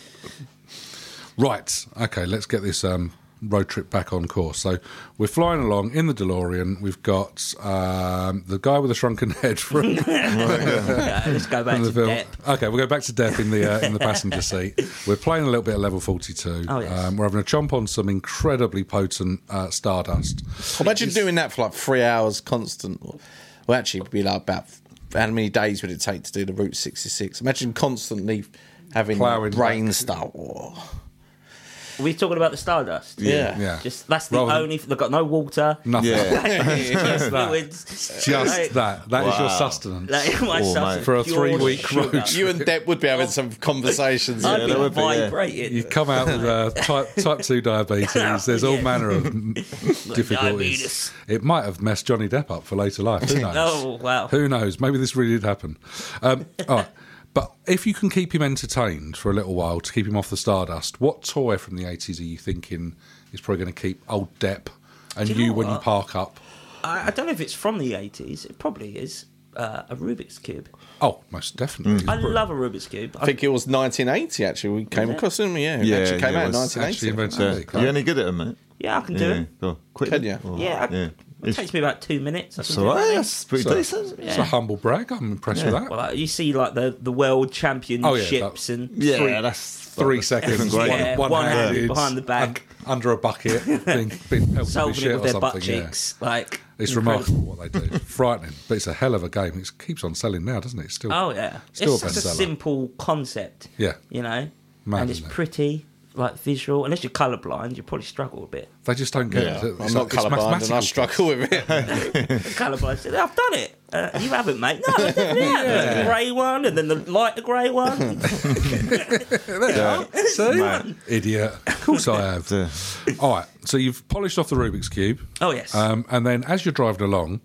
Right. Okay. Let's get this um, road trip back on course. So we're flying along in the DeLorean. We've got um, the guy with the shrunken [laughs] head [laughs] from, Yeah, Uh, [laughs] let's go back from to the film. Depp. Okay, we'll go back to Depp in the uh, [laughs] in the passenger seat. We're playing a little bit of level forty two. Oh, yes. um, we're having a chomp on some incredibly potent uh, stardust. Imagine doing that for like three hours constant. Well, actually, it'd be like about how many days would it take to do the Route 66? Imagine constantly having Ploughing brain back. stuff. Oh, Are we talking about the Stardust? Yeah. Yeah. Just that's the Rather than- only. They've got no water. Nothing. [laughs] [laughs] Yeah. [laughs] just fluids. Just Like- that. That is your Wow. sustenance. Like my Oh, son's mate. For a pure three-week sugar. road You and Depp would be having some conversations. I'd Yeah, be that would be, yeah. vibrating. You come out with [laughs] uh, type type two diabetes. There's all Yeah. manner [laughs] of m- difficulties. diabetes. It might have messed Johnny Depp up for later life. Who [laughs] knows? Oh, wow. Who knows? Maybe this really did happen. Um, [laughs] all right. But if you can keep him entertained for a little while to keep him off the stardust, what toy from the eighties are you thinking is probably going to keep old Depp and Do you, you know when you what? park up? I, I don't know if it's from the 80s. It probably is. Uh, a Rubik's Cube. Oh, most definitely. I love a Rubik's Cube. I think it was 1980, actually. We came across him. Yeah, it Yeah, actually came yeah, out in it was 1980. actually invented. Yeah. it, You only good at them, mate. yeah, I can do Yeah. it. Go on. Quick. Can you? Or- Yeah, I, it It's- takes me about two minutes. I can It's do all right. that. That's pretty So- decent. It's a humble brag. I'm impressed with that. Well, like, you see, like the, the world Oh, championships and Yeah, that's Three seconds, great. Yeah, one, one-handed, handed behind the back. un- under a bucket, being, being helped with solving shit it with or their butt something. yeah. cheeks. Like It's incredible. remarkable what they do. Frightening, but it's a hell of a game. It keeps on selling now, doesn't it? It's still. Oh yeah, Still it's a such a bestseller. simple concept. Yeah. you know, Mad, and it's isn't it? pretty, like visual. Unless you're colourblind, you probably struggle a bit. They just don't get it. It's Yeah. I'm like- not it's colourblind and I mathematical. struggle with it. colourblind said, "I've done it. Uh, you haven't, mate. No, [laughs] I definitely have. The grey one, and then the lighter grey one. See? Idiot. Of course I have. All right. So you've polished off the Rubik's Cube. Oh yes. Um, and then as you're driving along,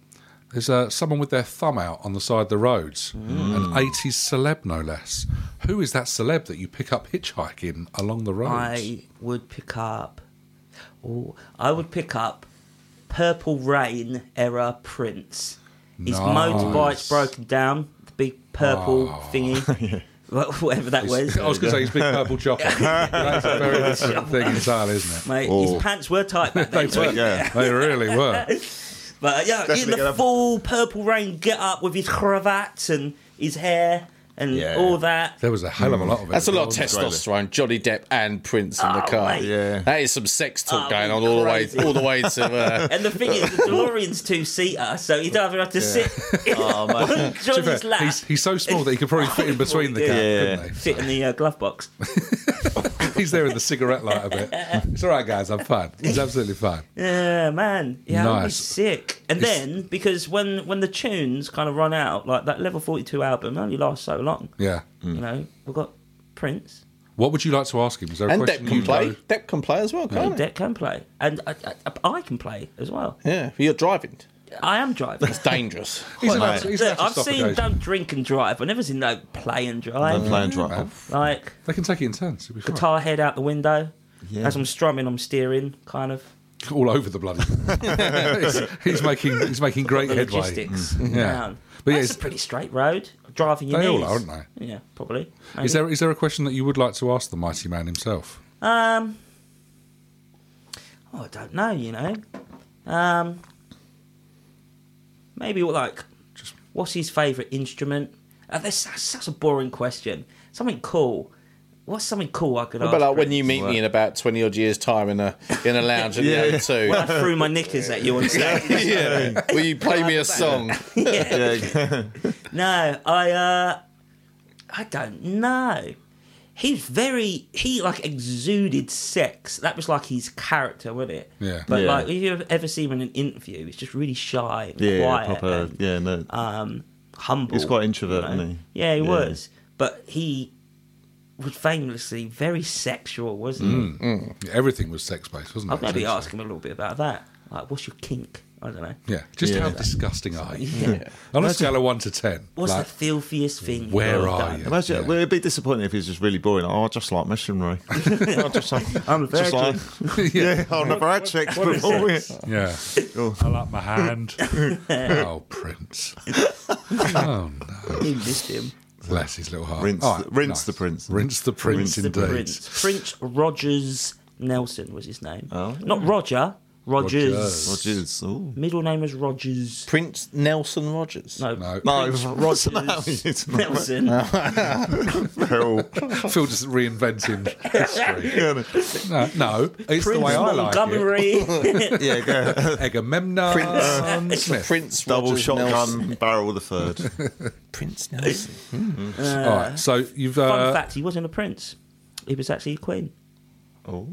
there's uh, someone with their thumb out on the side of the roads. Mm. An 80s celeb, no less. Who is that celeb that you pick up hitchhiking along the roads? I would pick up. Oh, I would pick up Purple Rain era Prince. Nice. His Oh. [laughs] motorbike's broken down. The big purple thingy. Well, whatever that was. I was going to say he's [laughs] big purple chopper. That's a very different thing entirely, isn't it? Mate, Oh. his pants were [laughs] tight back They then. were. Yeah. They really were. But uh, yeah, Definitely in the gonna- full purple rain get up with his cravat and his hair and Yeah. all [laughs] that. There was a hell of a lot of it. That's a lot of test. testosterone. Johnny Depp and Prince in the Oh, car. mate. Yeah. that is some sex talk Oh, going on all the way, crazy. all the way to. Uh, And the thing is, the DeLorean's two seater, so he doesn't have [laughs] to sit Oh, mate. on Johnny's lap, He's, he's so small that he could probably fit in between the Yeah. gap, Yeah. couldn't he? sit in the uh, [laughs] glove box. He's there with the cigarette light a bit. It's all right, guys. I'm fine. It's absolutely fine. Yeah, man. Yeah, that would be Nice. sick. And It's- then because when when the tunes kind of run out, like that level forty two album only lasts so long. Yeah. You know, we've got Prince. What would you like to ask him? Is there a and question Depp can you play. know- Depp can play as well, And can't he? Deck can play, and I, I, I can play as well. Yeah, you're driving. I am driving. It's dangerous. [laughs] He's allowed mate. to- he's allowed Look, to I've stop seen occasionally. don't drink and drive. I've never seen no play and drive. I'm playing drum. Like They can take it in turns. It'll be fine. guitar head out the window. Yeah. As I'm strumming, I'm steering, kind of. all over the bloody. [laughs] he's, he's making he's making great The headway. Mm. logistics. Yeah. down. But yeah, That's it's- a pretty straight road. Driving your They all knees. are, aren't they? Yeah, probably. Is there is there a question that you would like to ask the mighty man himself? Um, oh, I don't know. You know, um, maybe like, just what's his favourite instrument? Uh, that's, that's such a boring question. Something cool. What's something cool I could What ask? about like when Brett? you meet me in about twenty odd years' time in a in a lounge at the O2? [laughs] I threw my knickers at you on stage. yeah. Will you play me a song? [laughs] Yeah. No, I uh I don't know. He's very he like exuded sex. That was like his character, wasn't it? Yeah. But Yeah. like if you ever see him in an interview, he's just really shy and Yeah, quiet proper. and Yeah, no. um humble. He's quite introvert, you know? isn't he? Yeah, he Yeah. was. But he was famously very sexual, wasn't Hmm. he? Everything was sex based, wasn't I'd it? maybe essentially? ask him a little bit about that. Like, what's your kink? I don't know. Yeah, just Yeah. how disgusting are you? Yeah. [laughs] On a scale of one to ten, What's like, the filthiest thing? where you've are done? you? Imagine Yeah. well, it'd be disappointing if he's just really boring. Oh, I just like missionary. [laughs] I just like, I'm a just like, virgin. [laughs] Yeah, on the Brad checks before. yeah. yeah. Oh, I like my hand. [laughs] oh, Prince. Oh no, You missed him. bless his little heart. Rinse All the- rinse the prince. Rinse the prince. Rinse the indeed. the Prince. Prince Rogers Nelson was his name. Oh. Not Roger. Rogers. Rogers. what is? oh, Ooh. Middle name was Rogers. Prince Nelson Rogers. No. [laughs] No. No, it was Prince Roger Rogers Nelson. [laughs] Nelson. [laughs] Phil just reinventing history. No, no, it's the Prince way I like it. Montgomery. [laughs] Yeah, go. Agamemnon Smith. Prince [laughs] double Rogers shotgun Nelson. barrel the third. [laughs] Prince Nelson. All right, so you've uh, Fun fact: He wasn't a prince. He was actually a queen. oh,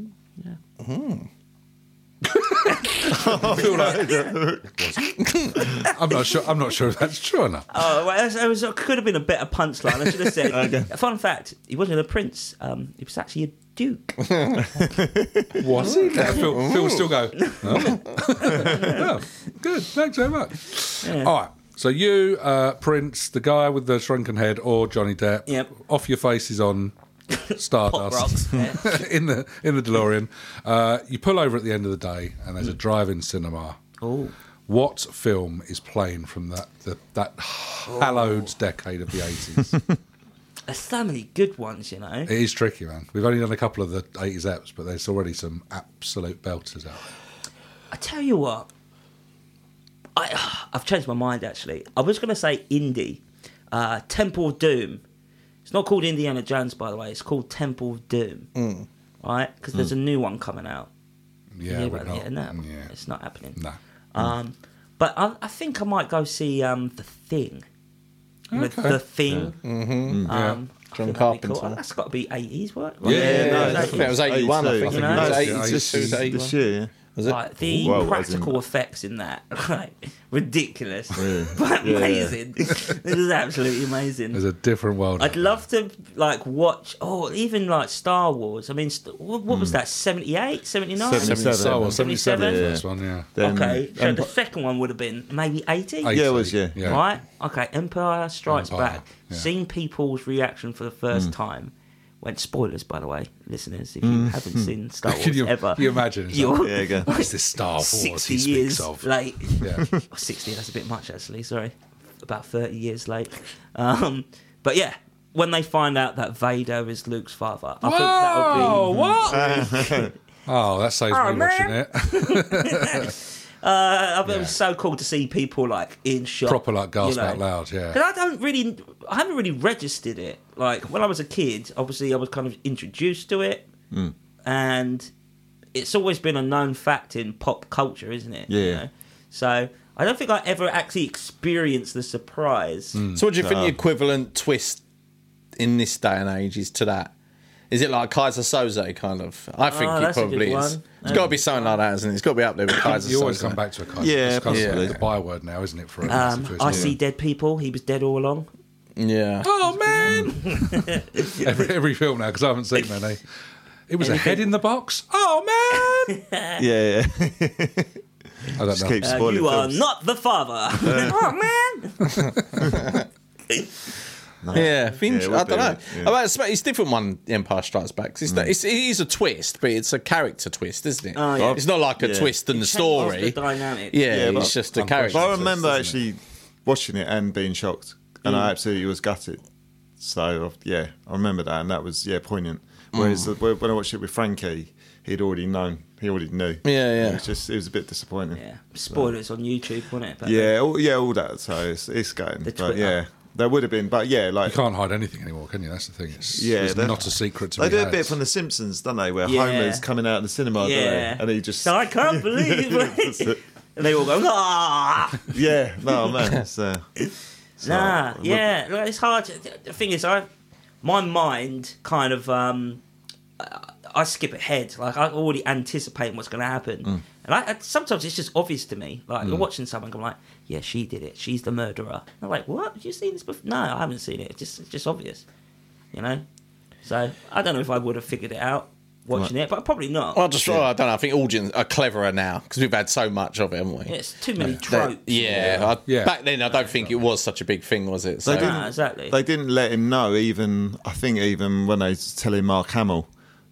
I'm not sure. I'm not sure if that's true or not. Oh, well, that was, that could have been a better punchline. I should have [laughs] said. Fun fact: He wasn't a prince. Um, he was actually a duke. Was it? Mm. Yeah, Phil, Phil will still [laughs] go. "Oh." [laughs] Oh, good. Thanks very much. All right. So you, uh, Prince, the guy with the shrunken head, or Johnny Depp, Yep. off your faces [laughs] on Stardust [laughs] rocks, yeah. in the in the DeLorean. Uh, you pull over at the end of the day, and Mm. there's a drive-in cinema. Oh. What film is playing from that the, that Oh. hallowed decade [laughs] of the 80s? There's so many good ones, you know. It is tricky, man. We've only done a couple of the 80s apps, but there's already some absolute belters out there. I tell you what, I [sighs] I've changed my mind actually. I was going to say indie, uh, Temple of Doom. It's not called Indiana Jones, by the way. It's called Temple of Doom, mm. right? Because there's a new one coming out. Mm. Yeah, You hear we're about not. Mm, it? no, yeah. it's not happening. No. Um, but I, I think I might go see um, the Thing. You know, The Thing. Mm-hmm. Um, I John think that'd be Carpenter. That's got to be eighties, what? Yeah, yeah, no, yeah, I think that was 82. 81, I think. You know? It was No, 82, it's it was 81. This year, yeah. Was it? Like the Whoa, practical wasn't- effects in that, [laughs] like ridiculous, [laughs] but amazing. this is absolutely amazing. There's a different world. out I'd love to like watch, or even like Star Wars. I mean, st- what, what was that? 78, 79? Seventy- there. Star Wars, 77, 77. the Yeah. first one, yeah. Then- Okay, so and- the second one would have been maybe 80, Eighty, it was, yeah. right? Okay, Empire Strikes Empire, Back. yeah. Seeing people's reaction for the first time. When spoilers, by the way, listeners, if you haven't [laughs] seen Star Wars [laughs] Can you, ever, can you imagine? It's [laughs] you're like, Yeah, go. what is this Star Wars sixty Oh, he speaks years Oh, of? late. [laughs] yeah. Or 60, that's a bit much actually, sorry. About 30 years late. Um, but yeah, when they find out that Vader is Luke's father, I think [laughs] that would Oh, be. what? oh, that saves Oh, me watching man. it. [laughs] Uh, it was so cool to see people like in shock, Proper, like, gasp out loud, yeah. because I don't really, I haven't really registered it. Like when I was a kid, obviously I was kind of introduced to it, Mm. and it's always been a known fact in pop culture, isn't it? Yeah. So I don't think I ever actually experienced the surprise. Mm, So, what do you think the equivalent twist in this day and age is to that? Is it like Kaiser Soze kind of? Ah, I think Oh, it that's a good probably is. one. It's got to be something like that, isn't it? It's got to be up there with Kaiser [coughs] You always Soze. come back to a kind Yeah, of it's kind possibly. of the byword now, isn't it? For a Um, situation. I see dead people. He was dead all along. Yeah. Oh man! every, every film now because I haven't seen many. It was a head in the box. Oh [laughs] man! Yeah, [laughs] yeah. I don't know. Just keep Uh, spoiling you are films. not the father. [laughs] [laughs] oh man! Yeah, it Finch, would I don't be, know. yeah. Mm. I mean, it's, it's different one Empire Strikes Back. 'cause It's, not- it's, it is a twist, but it's a character twist, isn't it? Oh, yeah. It's not like a Yeah. twist in the Changes story. The dynamic. yeah, but- it's just a character. But I twist, remember isn't it? Mm. actually watching it and being shocked, and I absolutely was gutted. So yeah, I remember that, and that was yeah poignant. Mm. Whereas the- when- when I watched it with Frankie, he'd already known, he already knew. Yeah, yeah. It was just it was a bit disappointing. Yeah. Spoilers on YouTube, wasn't it? But yeah, all, yeah, all that. So it's it's going, but Twitter. yeah, there would have been, but yeah, like You can't hide anything anymore, can you? That's the thing. It's, yeah, it's they- not a secret to They be do a had. bit from The Simpsons, don't they? Where Yeah. Homer's coming out of the cinema, Yeah. don't they? and he just So I can't [laughs] believe That's it. it. And they all go, ah, yeah, no [laughs] man, it's, uh, so- nah, yeah. Like, it's hard. To, the thing is, I, my mind kind of, um, I, I skip ahead. Like I already anticipate what's going to happen, and I, I sometimes it's just obvious to me. Like you're watching someone, I'm like, yeah, she did it. She's the murderer. And I'm like, what? Have you seen this before? No, I haven't seen it. It's just, it's just obvious, you know. So I don't know if I would have figured it out watching it, but probably not. Well, I just, oh, I don't know. I think audience are cleverer now because we've had so much of it, haven't we? it's too many They- tropes. yeah, I- Yeah. Back then, I don't think it was such a big thing, was it? So, They didn't- Ah, exactly. They didn't let him know. Even I think even when they was telling Mark Hamill,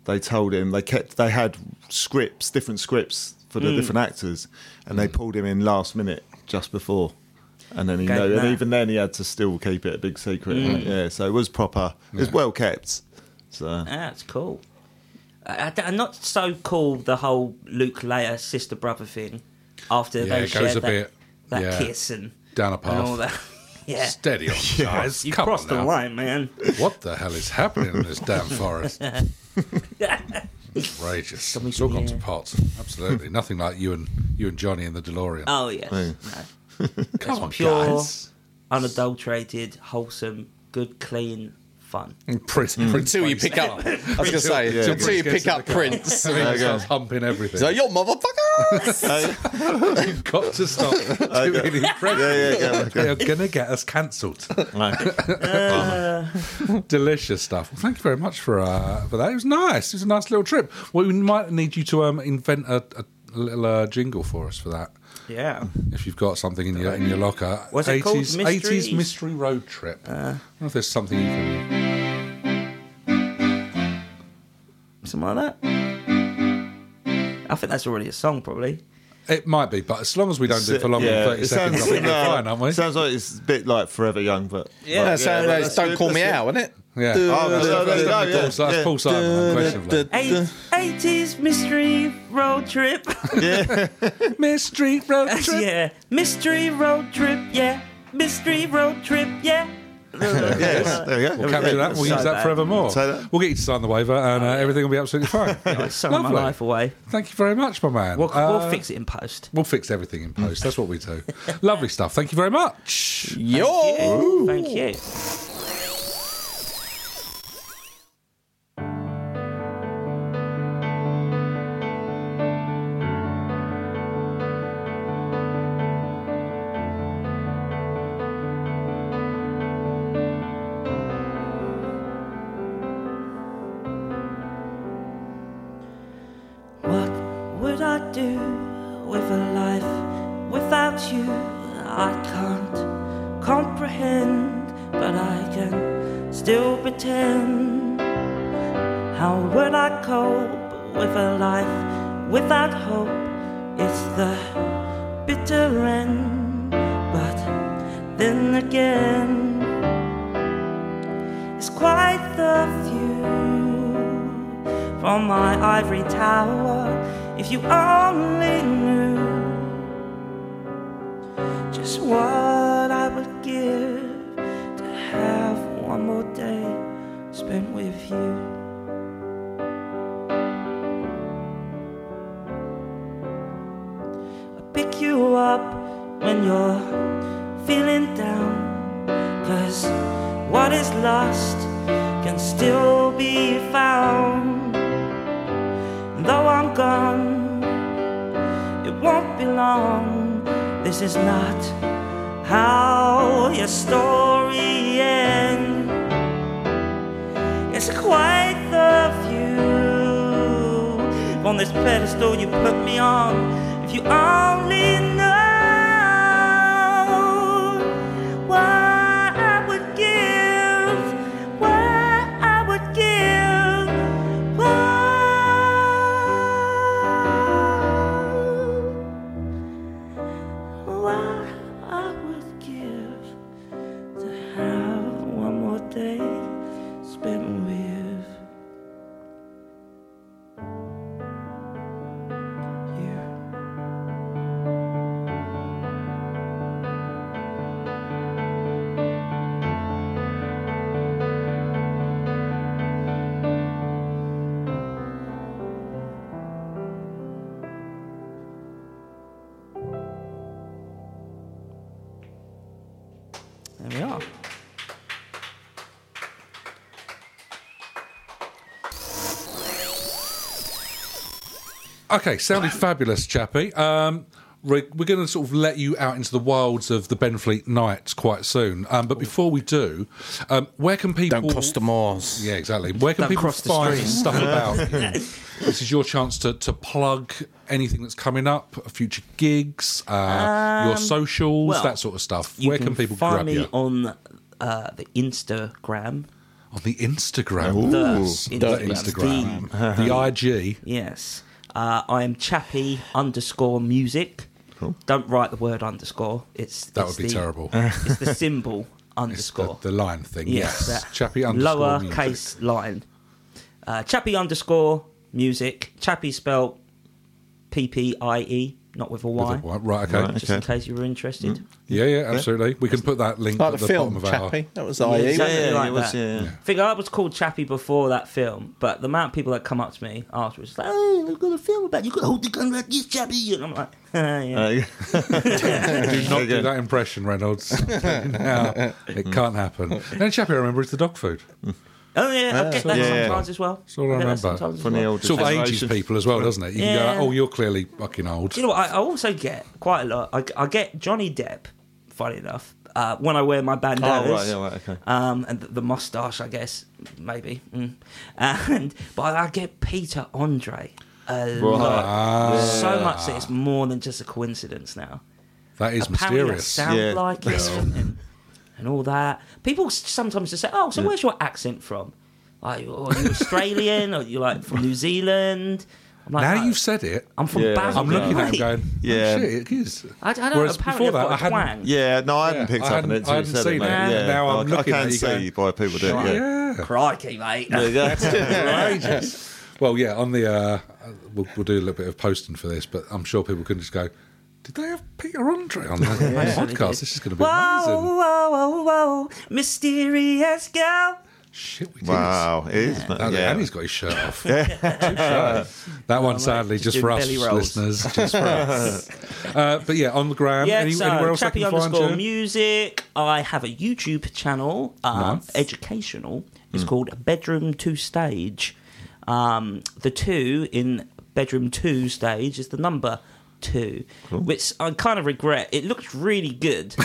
they told him they kept they had scripts, different scripts for Mm. the different actors, and they pulled him in last minute just before. And then he Gave know, him and that. even then he had to still keep it a big secret. Mm. Yeah, so it was proper. It was well kept. [laughs] So Ah, That's cool. I, am not so cool the whole Luke Leia sister brother thing after Yeah, they it goes shared a that, bit- that yeah. kiss and, Down a and path. all that. [laughs] [laughs] yeah, Steady on, guys. you Come crossed on the now. line, man. What the hell is happening in this damn forest? Outrageous. It's all gone to yeah. pot. Absolutely. Nothing like you and you and Johnny in the DeLorean. [laughs] Oh yes, no. Come on, pure, guys. unadulterated, wholesome, good, clean fun. Prince, until you pick up, I was going to say, [laughs] Yeah. until you pick up Prince. I mean, starts humping everything. So, yo, motherfucker! You've got to stop [laughs] doing impressions. yeah, yeah, They are going to get us cancelled. [laughs] like, Delicious stuff. Well, thank you very much for uh, for that. It was nice. It was a nice little trip. Well, we might need you to um, invent a, a little uh, jingle for us for that. Yeah, If you've got something in your in your locker, What's it called? Uh. Mystery- eighties mystery road trip. I don't know if there's something you can. something like that. I think that's already a song, probably. It might be, but as long as we don't do it for longer yeah, than thirty it seconds, I sounds- think we're no, fine, aren't we? Sounds like it's a bit like Forever Young, but Yeah, like- so yeah, it's don't that's call good, me that's out, wasn't it? yeah. Oh, that's- That's- that's- that's yeah, Paul- that's Paul yeah. Simon, unquestionably. Eight, 80s mystery road trip. [laughs] Mystery road trip. yeah, mystery road trip. Yeah, mystery road trip. Yeah. good. Yes, there we go. We'll capture that. We'll So use that bad. forevermore. Say that. We'll get you to sign the waiver, and uh, everything will be absolutely [laughs] fine. I signed my Lovely. life away. Thank you very much, my man. We'll, Uh, we'll fix it in post. We'll fix everything in post. That's what we [laughs] do. Lovely stuff. Thank you very much. Yo! Yeah, thank you. What would I do with a life without you? I can't comprehend, but I can still pretend. How would I cope with a life without hope? It's the bitter end, but then again. It's quite the view from my ivory tower. If you only knew just what I would give to have one more day spent with you. pick you up when you're feeling down. Cause what is lost can still be found. And Though I'm gone, it won't be long. This is not how your story ends. It's quite the view on this pedestal you put me on. If you only know what I would give, what I would give, what, what I would give to have one more day spent with you. There we are. Okay, sounded [laughs] fabulous, Chappie. Um, we're we're going to sort of let you out into the wilds of the Benfleet Nights quite soon. Um, but before we do, um, where can people. Don't cross the moors. Yeah, exactly. Where can Don't people cross the find stream. [laughs] stuff about? this is your chance to, to plug anything that's coming up, future gigs, uh, your socials, Um, well, that sort of stuff. You Where can, people find grab me you? on uh, the Instagram? On the Instagram. The The Instagram. Uh-huh. Instagram. The- the IG. yes, uh, I am Chappy underscore music. Don't write the word underscore. It's That it's would be the- terrible. It's the [laughs] symbol It's the, underscore. the line thing. yes, Yes. that Chappie underscore. lower music. case line. Uh, Chappy underscore music. Chappy spelled P P I E, not with a Y. With a Y. Right, okay. Mm. Right. Just in case you were interested. Yeah, yeah, absolutely. We can put that link Like at the the, film, bottom of our. Chappie. That was E. IE. Yeah, wasn't exactly. it? yeah, like it was, that. yeah, yeah. Figure I was called Chappie before that film, but the amount of people that come up to me afterwards, like, oh, I've got a film about you, got to hold the gun like this, Chappie. And I'm like, [laughs] "Ah, yeah. Uh, [laughs] Do not do that impression, [laughs] Reynolds. [laughs] No, it can't happen. And Chappie, I remember, is the dog food. oh, yeah, I get that uh, Yeah, yeah. sometimes as all I well. get that remember. sometimes as Funny well. old Sort of ages generation. people as well, doesn't it? You can Yeah. go, oh, you're clearly fucking old. Do you know what? I, I also get quite a lot. I, I get Johnny Depp, funny enough, uh, when I wear my bandanas. Oh, right, yeah, right, okay. Um, and the, the mustache, I guess, maybe. Mm. And but I get Peter Andre a lot. Ah, So much that it's more than just a coincidence now. that is Apparently I mysterious. sound Yeah. like it and, and all that. People s- sometimes just say, "Oh, so where's your accent from? Like, oh, are you Australian or you like from New Zealand?" I'm like, Now "No, you've said it, I'm from Yeah. Basel. I'm looking at him mate." going, yeah. Yeah. shit, it is. I, I don't Whereas know. Apparently, before that, I I've got a twang. hadn't. yeah, no, I hadn't Yeah, picked I up on hadn't- it until I you hadn't said seen it, mate. it. Yeah. Now I'm I- I looking can at you see going, why people do it. Yeah. Yeah. [laughs] Crikey, mate. [laughs] [laughs] Well, yeah, on the. Uh, we'll, we'll do a little bit of posting for this, but I'm sure people can just go, did they have Peter Andre [laughs] on that podcast? This is going to be Whoa, amazing. whoa, whoa, whoa, mysterious girl. Shit, we did. [laughs] Wow, it is. mate. And, Yeah. and he's got his shirt off. [laughs] Two shirts. That one, sadly, just Just doing for us belly rolls. listeners. [laughs] Just for us. uh, but yeah, on the gram. Yeah, any, so anywhere else I Chappie can find underscore you? music. I have a YouTube channel, um, Nice. Hmm. educational. It's called Bedroom Two Stage. Um, the two in Bedroom Two Stage is the number two, which I kind of regret. It looks [laughs] really good,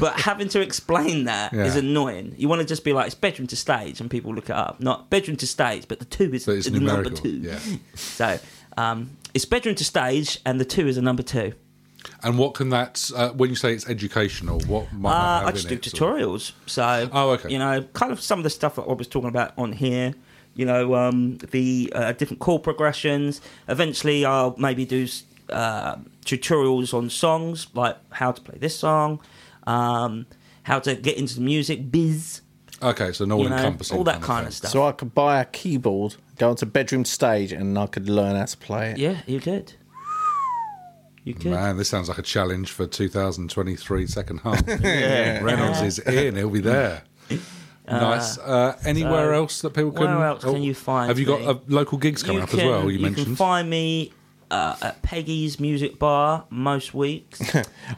but having to explain that is Yeah. annoying. You want to just be like, it's Bedroom to Stage, and people look it up. Not Bedroom to Stage, but the two is So it's the number numerical, two. yeah. [laughs] So um, it's Bedroom to Stage, and the two is a number two. And what can that, uh, when you say it's educational, what might that Uh, have I just in do it, sort of? tutorials. So, Oh, okay. You know, kind of some of the stuff that I was talking about on here. You know, um, the uh, different chord progressions. Eventually, I'll maybe do uh, tutorials on songs, like how to play this song, um, how to get into the music biz. Okay, so an all you know, encompassing. all that kind of stuff. So I could buy a keyboard, go onto bedroom stage, and I could learn how to play it. yeah, you could. You could. Man, this sounds like a challenge for 2023 second [laughs] half. Reynolds is in; he'll be there. nice. Uh, anywhere Uh, so- else that people can? oh, where else can you find Have you got me? uh, local gigs coming You up as can- well? You, can [laughs] mentioned. find me uh, at Peggy's Music Bar most weeks.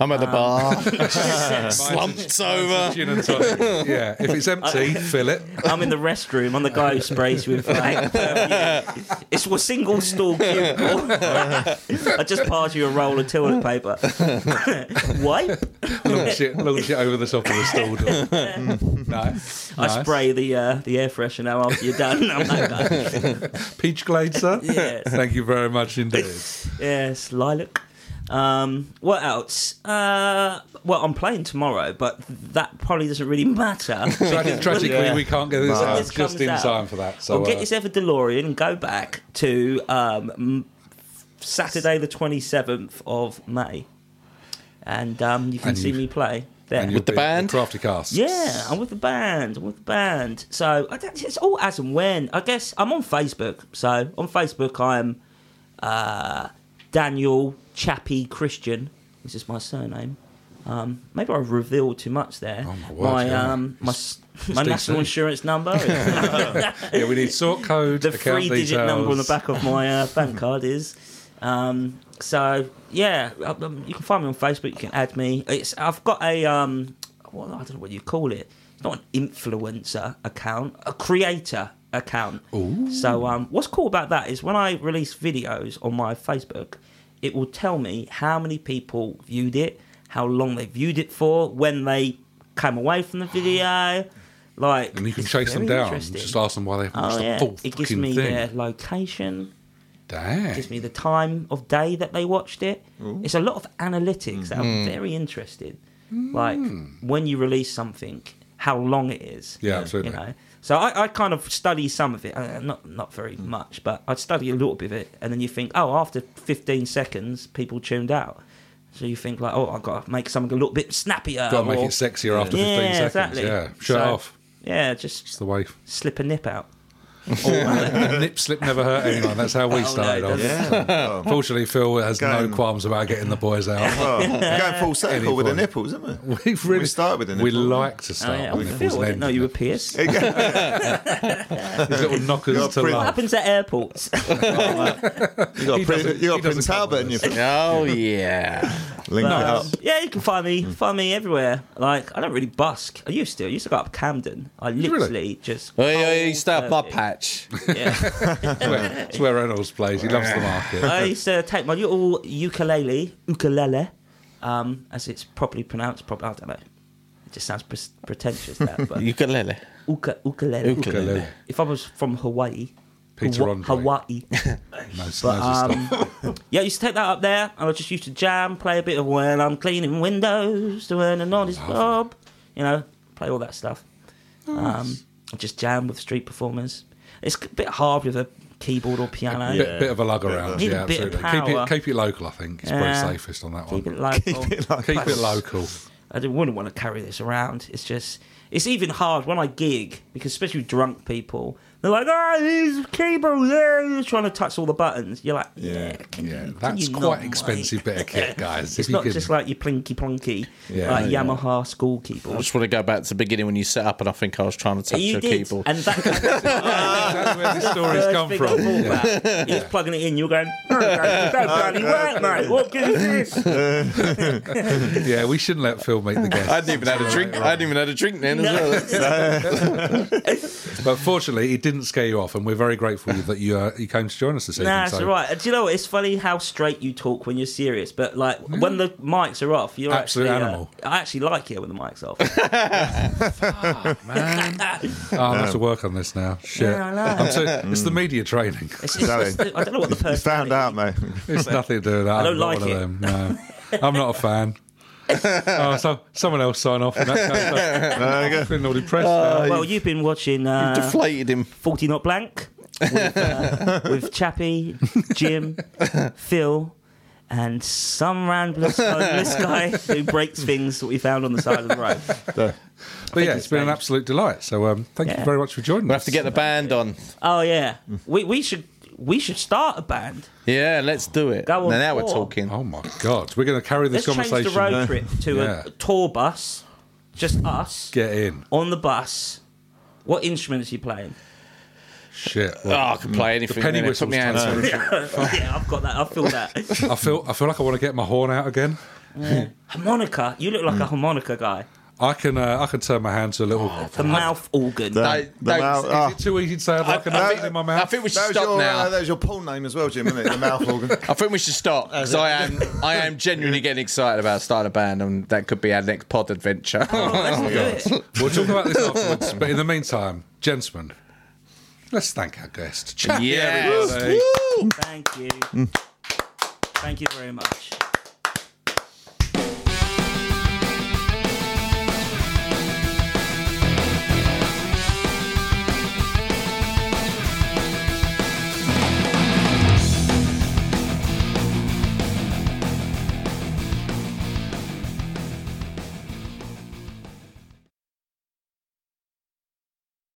I'm Ah. at the bar, [laughs] [laughs] slumped over. Gin and tonic. yeah, if it's empty, fill [laughs] it. I'm in the restroom. I'm the guy who sprays with like perfume. It's a single stall cubicle. I just pass you a roll of toilet paper. [laughs] Wipe. Launch it, launch it over the top of the stall door. [laughs] [laughs] nice. I nice. spray the uh, the air freshener after you're done. I'm like, uh, Peach Glade, sir. Yes. [laughs] Thank you very much indeed. yes, lilac. Um, what else? Uh, well, I'm playing tomorrow, but that probably doesn't really matter. Tragically, tragically Yeah. we can't get this When out this just comes in out, time for that. So I'll get uh, this ever DeLorean and go back to um, m- Saturday, the 27th of May. And um, you can And see you- me play there. and you'll With the be at band? Crafty Cast. Yeah, I'm with the band. I'm with the band. So I don't, it's all as and when. I guess I'm on Facebook. So on Facebook, I'm uh, Daniel Chappie Christian, which is my surname. Um, maybe I revealed too much there. Oh, my word, yeah. um, my s- my decent. national [laughs] insurance number. Yeah, we need sort code, the account three digit details. number on the back of my uh, bank [laughs] card is. Um, so yeah, um, you can find me on Facebook. You can add me. It's I've got a um, well, I don't know what you call it. It's not an influencer account, a creator account. So um, what's cool about that is when I release videos on my Facebook, it will tell me how many people viewed it, how long they viewed it for, when they came away from the video. Like And you can it's chase them very down. and interesting. Just ask them why they haven't watched Oh the yeah, full it gives fucking me thing. their location, Dang. gives me the time of day that they watched it. It's a lot of analytics that Mm. are very interesting. Like when you release something, how long it is. Yeah, absolutely. You know, so I, I kind of study some of it, uh, not not very Mm. much, but I study a little bit of it, and then you think, oh, after 15 seconds, people tuned out. So you think like, oh, I've got to make something a little bit snappier. Got to make or- it sexier after 15 yeah, seconds. Exactly. Yeah, shut So, off. Yeah, It's just the [laughs] wave. slip a nip out. [laughs] Or- Nip slip never hurt anyone. That's how we Oh, no, started it off. [laughs] doesn't. Yeah. Oh, Fortunately, Phil has no Going- qualms about getting the boys out. Oh, going full Any circle with the point. nipples, isn't we? [laughs] We've really we started with the We nipples. like to start Oh, yeah. with I nipples feel and it. end No, you were pierced. What These little knockers to You're a love. happens at airports? You got, He doesn't- he Prin- you got doesn't Prince come Albert with in your us. [laughs] Oh yeah. link it up. yeah, you can find me. Find me everywhere. Like I don't really busk. I used to. I used to go up Camden. I really? literally just. Oh, yeah, you stay up my Perfect. patch. [laughs] Yeah. It's where- It's where Reynolds plays. He loves the [laughs] market. I used to take my little ukulele, ukulele, um, as it's properly pronounced. Probably I don't know. It just sounds pres- pretentious that, but [laughs] Ukulele. uka, ukulele. Ukulele. If I was from Hawaii, Peter Hawa- Andre. Hawaii. Knows- But knows his stuff. um, yeah, I used to take that up there, and I just used to jam, play a bit of when I'm cleaning windows to earn an honest job, you know, play all that stuff. Um, I just jam with street performers. It's a bit hard with a keyboard or piano. Bit, bit of a lug around, Need a yeah, bit of absolutely. Keep power. it, keep it local, I think. It's Yeah. probably safest on that one. Keep it local. Keep it local. I don't- wouldn't want to carry this around. It's just, it's even hard when I gig because especially with drunk people, they're like, "Oh, these keyboard, yeah," you're trying to touch all the buttons. You're like, "Yeah, can you- Yeah, can that's you not, quite mate?" expensive bit of kit, guys. It's if you not can, [laughs] just like your plinky plonky, Yeah. like Yeah. Yamaha school I keyboard. just want to go back to the beginning when you set up, and I think I was trying to touch You your did, keyboard. [laughs] and that that's where the stories first come thing from. I thought Yeah. about, He was plugging it in. You're going, no, no, no, [laughs] bloody work, mate. What good is this? Yeah, we shouldn't let Phil meet the [laughs] guests. I hadn't even had a drink. I hadn't even had a drink then. No. As well. But fortunately, it didn't scare you off, and we're very grateful that you uh, you came to join us this evening. Nah, it's so- all right. Do you know what? It's funny how straight you talk when you're serious, but like when the mics are off, you're Absolute actually, uh, animal. I actually like it when the mics [laughs] off. Oh, I'll have to work on this now. Shit. Yeah, I know. I'm too- Mm. it's the media training. It's, it's, Sorry. it's- I don't know what the You person. found out, mate. It's nothing to do with that. I don't am not like one it. Of them. No. I'm not a [laughs] fan. oh, so someone else sign off. In that case. There you go. I'm feeling all depressed Oh, now. Well, you've been watching uh, [laughs] Deflated him. Forty Not Blank with, uh, with Chappie, Jim, Phil, and some random homeless guy who breaks things that we found on the side of the road. But yeah, it's it's been an strange. absolute delight. So um, thank Yeah. you very much for joining We'll us. have to get the band on. Oh yeah, we we should we should start a band. Yeah, let's do it. Go on now, now we're tour. talking. Oh my God, we're going to carry this Let's change conversation. the road trip to Yeah. a tour bus, just us Get in. on the bus. What instruments are you playing? [laughs] Shit. Oh, I can play anything. penny then. It whistle's Put my hands trying on. [laughs] Oh, yeah, I've got that. I feel that. I feel. I feel like I want to get my horn out again. harmonica. You look like a harmonica guy. I can. Uh, I can turn my hand to a little. Oh, The mouth organ. No, The no, mouth- it's- ah. Is it too easy to say? I'd like an apple in my mouth. I think we should That was, stop your, now. uh, that was your pool name as well, Jim, isn't it? The [laughs] mouth organ. I think we should stop because I am I am genuinely getting excited about starting a band, and that could be our next pod adventure. Oh, [laughs] let's do it. We'll talk [laughs] about this afterwards. But in the meantime, gentlemen, let's thank our guest. Chat. Yes. everybody. Thank you. Thank you very much.